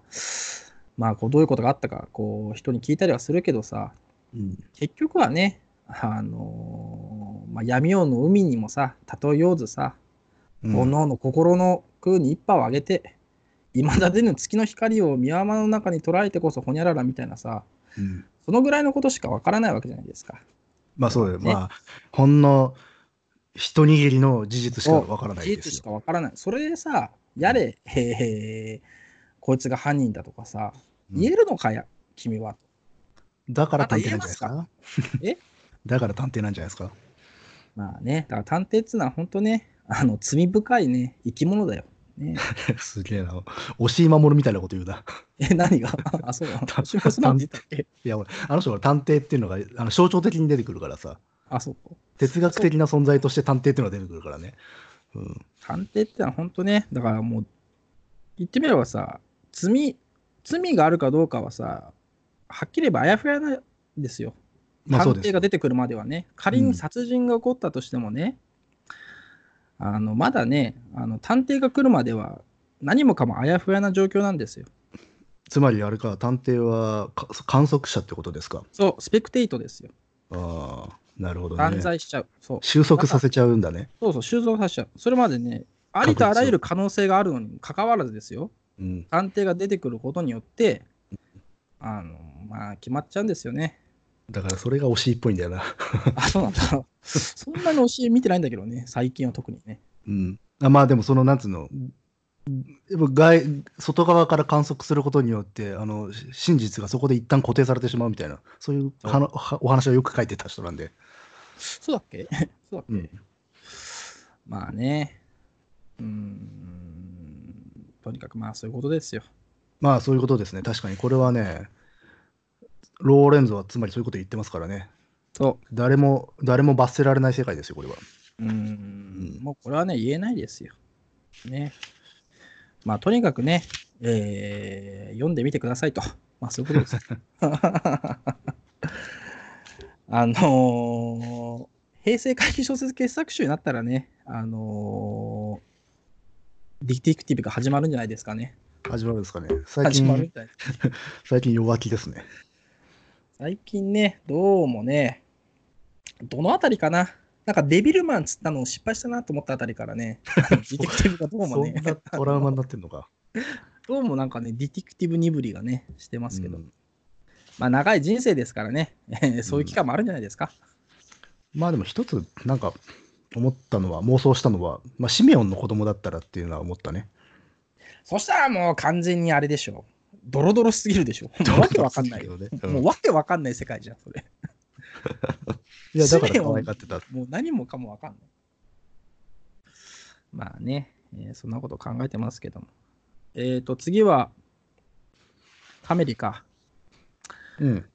Speaker 1: まあこうどういうことがあったか、こう人に聞いたりはするけどさ、
Speaker 2: うん。
Speaker 1: 結局はね、あのーまあ、闇夜の海にもさ、例えようずさ、
Speaker 2: うん
Speaker 1: 煩悩の心の空に一波をあげて、いまだ出ぬ月の光を宮山の中に捉えてこそほにゃららみたいなさ、
Speaker 2: うん
Speaker 1: そのぐらいのことしかわからないわけじゃないですか。
Speaker 2: まあそうだよ、
Speaker 1: ね
Speaker 2: まあ、ほんの一握りの事実しかわからない
Speaker 1: 事
Speaker 2: で
Speaker 1: 実
Speaker 2: す
Speaker 1: し
Speaker 2: よ。
Speaker 1: かわからない。それでさ、やれ、へーへーこいつが犯人だとかさ、
Speaker 2: うん
Speaker 1: 言えるのかや、君は。
Speaker 2: だから探偵なんじゃないです
Speaker 1: あ
Speaker 2: か。
Speaker 1: え
Speaker 2: [laughs] だから探偵なんじゃないですか。 [laughs]
Speaker 1: まあね、だから探偵っつうのは本当ね、あの罪深いね、生き物だよ。ね、
Speaker 2: すげえな。押井守みたいなこと言うな。
Speaker 1: え、何
Speaker 2: [laughs]
Speaker 1: があ、そうなの
Speaker 2: た
Speaker 1: 星野素直に言ったっけ
Speaker 2: いや、俺、あの人は探偵っていうのがあの象徴的に出てくるからさ、
Speaker 1: あ、そうか。
Speaker 2: 哲学的な存在として探偵っていうのが出てくるからね。うん、
Speaker 1: 探偵ってのは本当ね、だからもう、言ってみればさ、罪、罪があるかどうかはさ、はっきり言えばあやふやなんですよ。
Speaker 2: まあ
Speaker 1: 探
Speaker 2: そうです
Speaker 1: 偵が。出てくるまではね、仮に殺人が起こったとしてもね、あのまだねあの探偵が来るまでは何もかもあやふやな状況なんですよ
Speaker 2: つまりあれか、探偵はか観測者ってことですか。
Speaker 1: そうスペクテイトですよ
Speaker 2: ああ、なるほど
Speaker 1: 断
Speaker 2: ね。
Speaker 1: 罪しちゃうそう
Speaker 2: 収束させちゃうんだね。
Speaker 1: そうそう収蔵させちゃうそれまでねありとあらゆる可能性があるのにもかかわらずですよ
Speaker 2: うん。
Speaker 1: 探偵が出てくることによってあのまあ決まっちゃうんですよ
Speaker 2: [laughs]
Speaker 1: ね
Speaker 2: だからそれが推しっぽいんだよな。 [laughs]
Speaker 1: あ、そうなんだ。そんなに教え見てないんだけどね、最近は特にね。
Speaker 2: うん。あまあでもそのなんつうの、やっぱ外外側から観測することによってあのし真実がそこで一旦固定されてしまうみたいなそういうはなはお話をよく書いてた人なんで、
Speaker 1: そうだっけそうだっけ、
Speaker 2: うん、
Speaker 1: まあね。うーん。とにかくまあそういうことですよ。
Speaker 2: まあそういうことですね確かにこれはねローレンゾはつまりそういうこと言ってますからね
Speaker 1: そ
Speaker 2: 誰も誰も罰せられない世界ですよこれは
Speaker 1: う。うーん。もうこれはね、言えないですよ。ね。まあとにかくね、えー、読んでみてくださいと。まあそういうことです。 [laughs] あのー平成怪奇小説傑作集になったらね、あのーディティクティブが始まるんじゃないですかね。
Speaker 2: 始まるんですかね最
Speaker 1: 始まるみ
Speaker 2: 近
Speaker 1: たいな。
Speaker 2: 最近弱気ですね
Speaker 1: 最近ね、どうもね、どのあたりかな。なんかデビルマンつったのを失敗したなと思ったあたりからね、
Speaker 2: [laughs]
Speaker 1: ディティクティブがどうも
Speaker 2: そん
Speaker 1: ね、
Speaker 2: な [laughs] トラウマになってんのか。
Speaker 1: どうもなんかね、ディティクティブにぶりがね、してますけど、
Speaker 2: うん
Speaker 1: まあ長い人生ですからね、そういう期間もあるんじゃないですか。
Speaker 2: まあでも一つ、なんか、思ったのは、妄想したのは、まあ、シメオンの子供だったらっていうのは思ったね。
Speaker 1: そしたらもう完全にあれでしょ。ドロドロしすぎるでしょ。もうわけわかんないよ。
Speaker 2: ね。
Speaker 1: もうわけわかんない世界じゃん、それ。
Speaker 2: いや、だから
Speaker 1: シメオン
Speaker 2: 可愛がってた。
Speaker 1: もう何もかもわかんない。まあね、えーそんなこと考えてますけども。えっ、と、次は、カメリか。
Speaker 2: うん。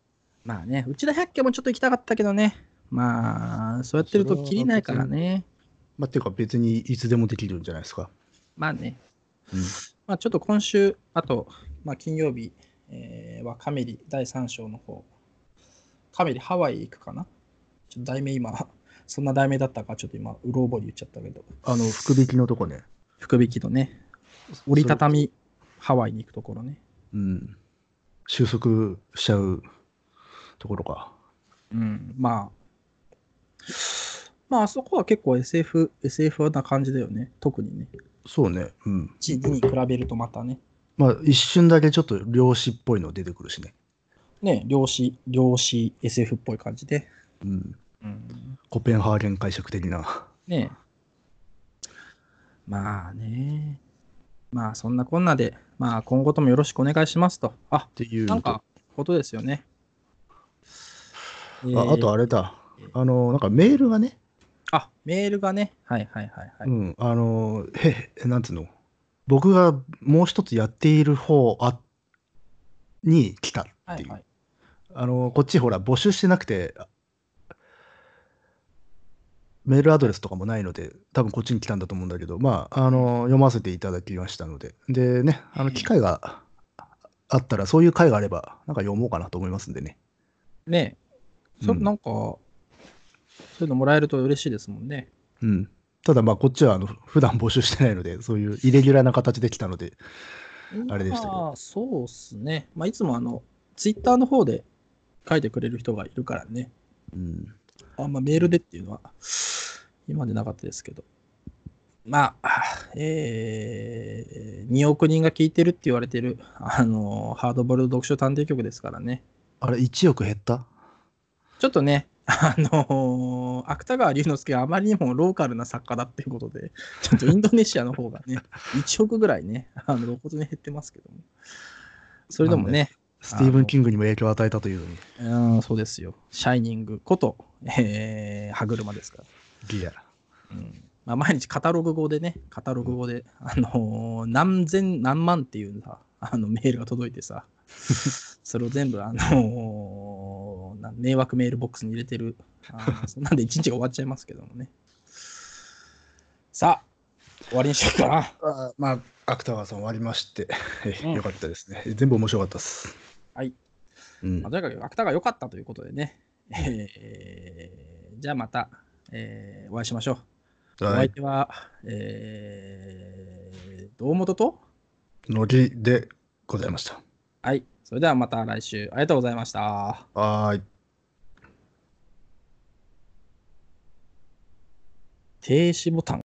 Speaker 1: まあね、内田百景もちょっと行きたかったけどね。まあ、そうやってると切りないからね。
Speaker 2: まあ、っていうか、別にいつでもできるんじゃないですか。
Speaker 1: まあね、
Speaker 2: うん
Speaker 1: まあちょっと今週、あと、まあ金曜日、えーはカメリ第3章の方。カメリハワイ行くかなちょっと題名今、そんな題名だったか、ちょっと今、うろ覚え言っちゃったけど。
Speaker 2: あの、福引きのとこね。
Speaker 1: 福引きのね、折りたたみハワイに行くところね。
Speaker 2: うん。収束しちゃうところか。
Speaker 1: うん、まあ、まあ、あそこは結構 SF、SF な感じだよね、特にね。
Speaker 2: そうね。うん。
Speaker 1: 1、2に比べるとまたね、
Speaker 2: まあ、一瞬だけちょっと漁師っぽいの出てくるしね。
Speaker 1: ね、量子、量子 SF っぽい感じで。
Speaker 2: うん。
Speaker 1: うん、
Speaker 2: コペンハーゲン解釈的な。
Speaker 1: ねまあね、まあそんなこんなで、まあ今後ともよろしくお願いしますと。あ、
Speaker 2: っていうのと。
Speaker 1: なんか、ことですよね。え
Speaker 2: あ
Speaker 1: ー
Speaker 2: あとあれだ
Speaker 1: えー、
Speaker 2: あの、なんかメールがね、
Speaker 1: あ、メールがね、はいはいはいはい。
Speaker 2: うん、あの、へ、へなんつうの、僕がもう一つやっている方あに来たっ
Speaker 1: は
Speaker 2: てい、
Speaker 1: いうはい、
Speaker 2: あの、こっちほら、募集してなくて、あメールアドレスとかもないので、多分こっちに来たんだと思うんだけど、まあ、あの、読ませていただきましたので、でね、あの、機会があったら、そういう会があれば、なんか読もうかなと思いますんでね。
Speaker 1: ねえ、そ
Speaker 2: うん
Speaker 1: なんか、そういうのもらえると嬉しいですもんね。
Speaker 2: うん。ただまあこっちはあの普段募集してないので、そういうイレギュラーな形で来たので、あれでしたけど
Speaker 1: まあ、そうっすね。まあ、いつもあの、ツイッターの方で書いてくれる人がいるからね。
Speaker 2: うん、
Speaker 1: あんまメールでっていうのは、今までなかったですけど。まあ、えー、2億人が聞いてるって言われてる、あの、ハードボールド読書探偵局ですからね。
Speaker 2: あれ、1億減った
Speaker 1: ちょっとね、 [laughs] あの芥川龍之介があまりにもローカルな作家だっていうことで、ちょっとインドネシアの方が [laughs] ね、1億ぐらいね、あの露骨に減ってますけども。それでもね、
Speaker 2: スティーブン・キングにも影響を与えたというのに、
Speaker 1: うん、そうですよ、シャイニングこと、えー歯車ですから。
Speaker 2: ギア。
Speaker 1: うんまあ、毎日カタログ語でね、カタログ語で、あのー何千何万っていうさ、あのメールが届いてさ、それを全部、あのーな迷惑メールボックスに入れてる、あのそんなんで一日が終わっちゃいますけどもね。さあ、終わりにしようかな。
Speaker 2: あまあ、芥川さん終わりまして、 [laughs]
Speaker 1: うん
Speaker 2: よかったですね。全部面白かったです。
Speaker 1: はい。
Speaker 2: うん
Speaker 1: まあ、とにかく、芥川良かったということでね、えーじゃあまた、えーお会いしましょう。お
Speaker 2: は
Speaker 1: 相
Speaker 2: い。
Speaker 1: 手は、えー、堂本と、
Speaker 2: のりでございました。
Speaker 1: はい、それではまた来週、ありがとうございました。
Speaker 2: はーい。
Speaker 1: 停止ボタン。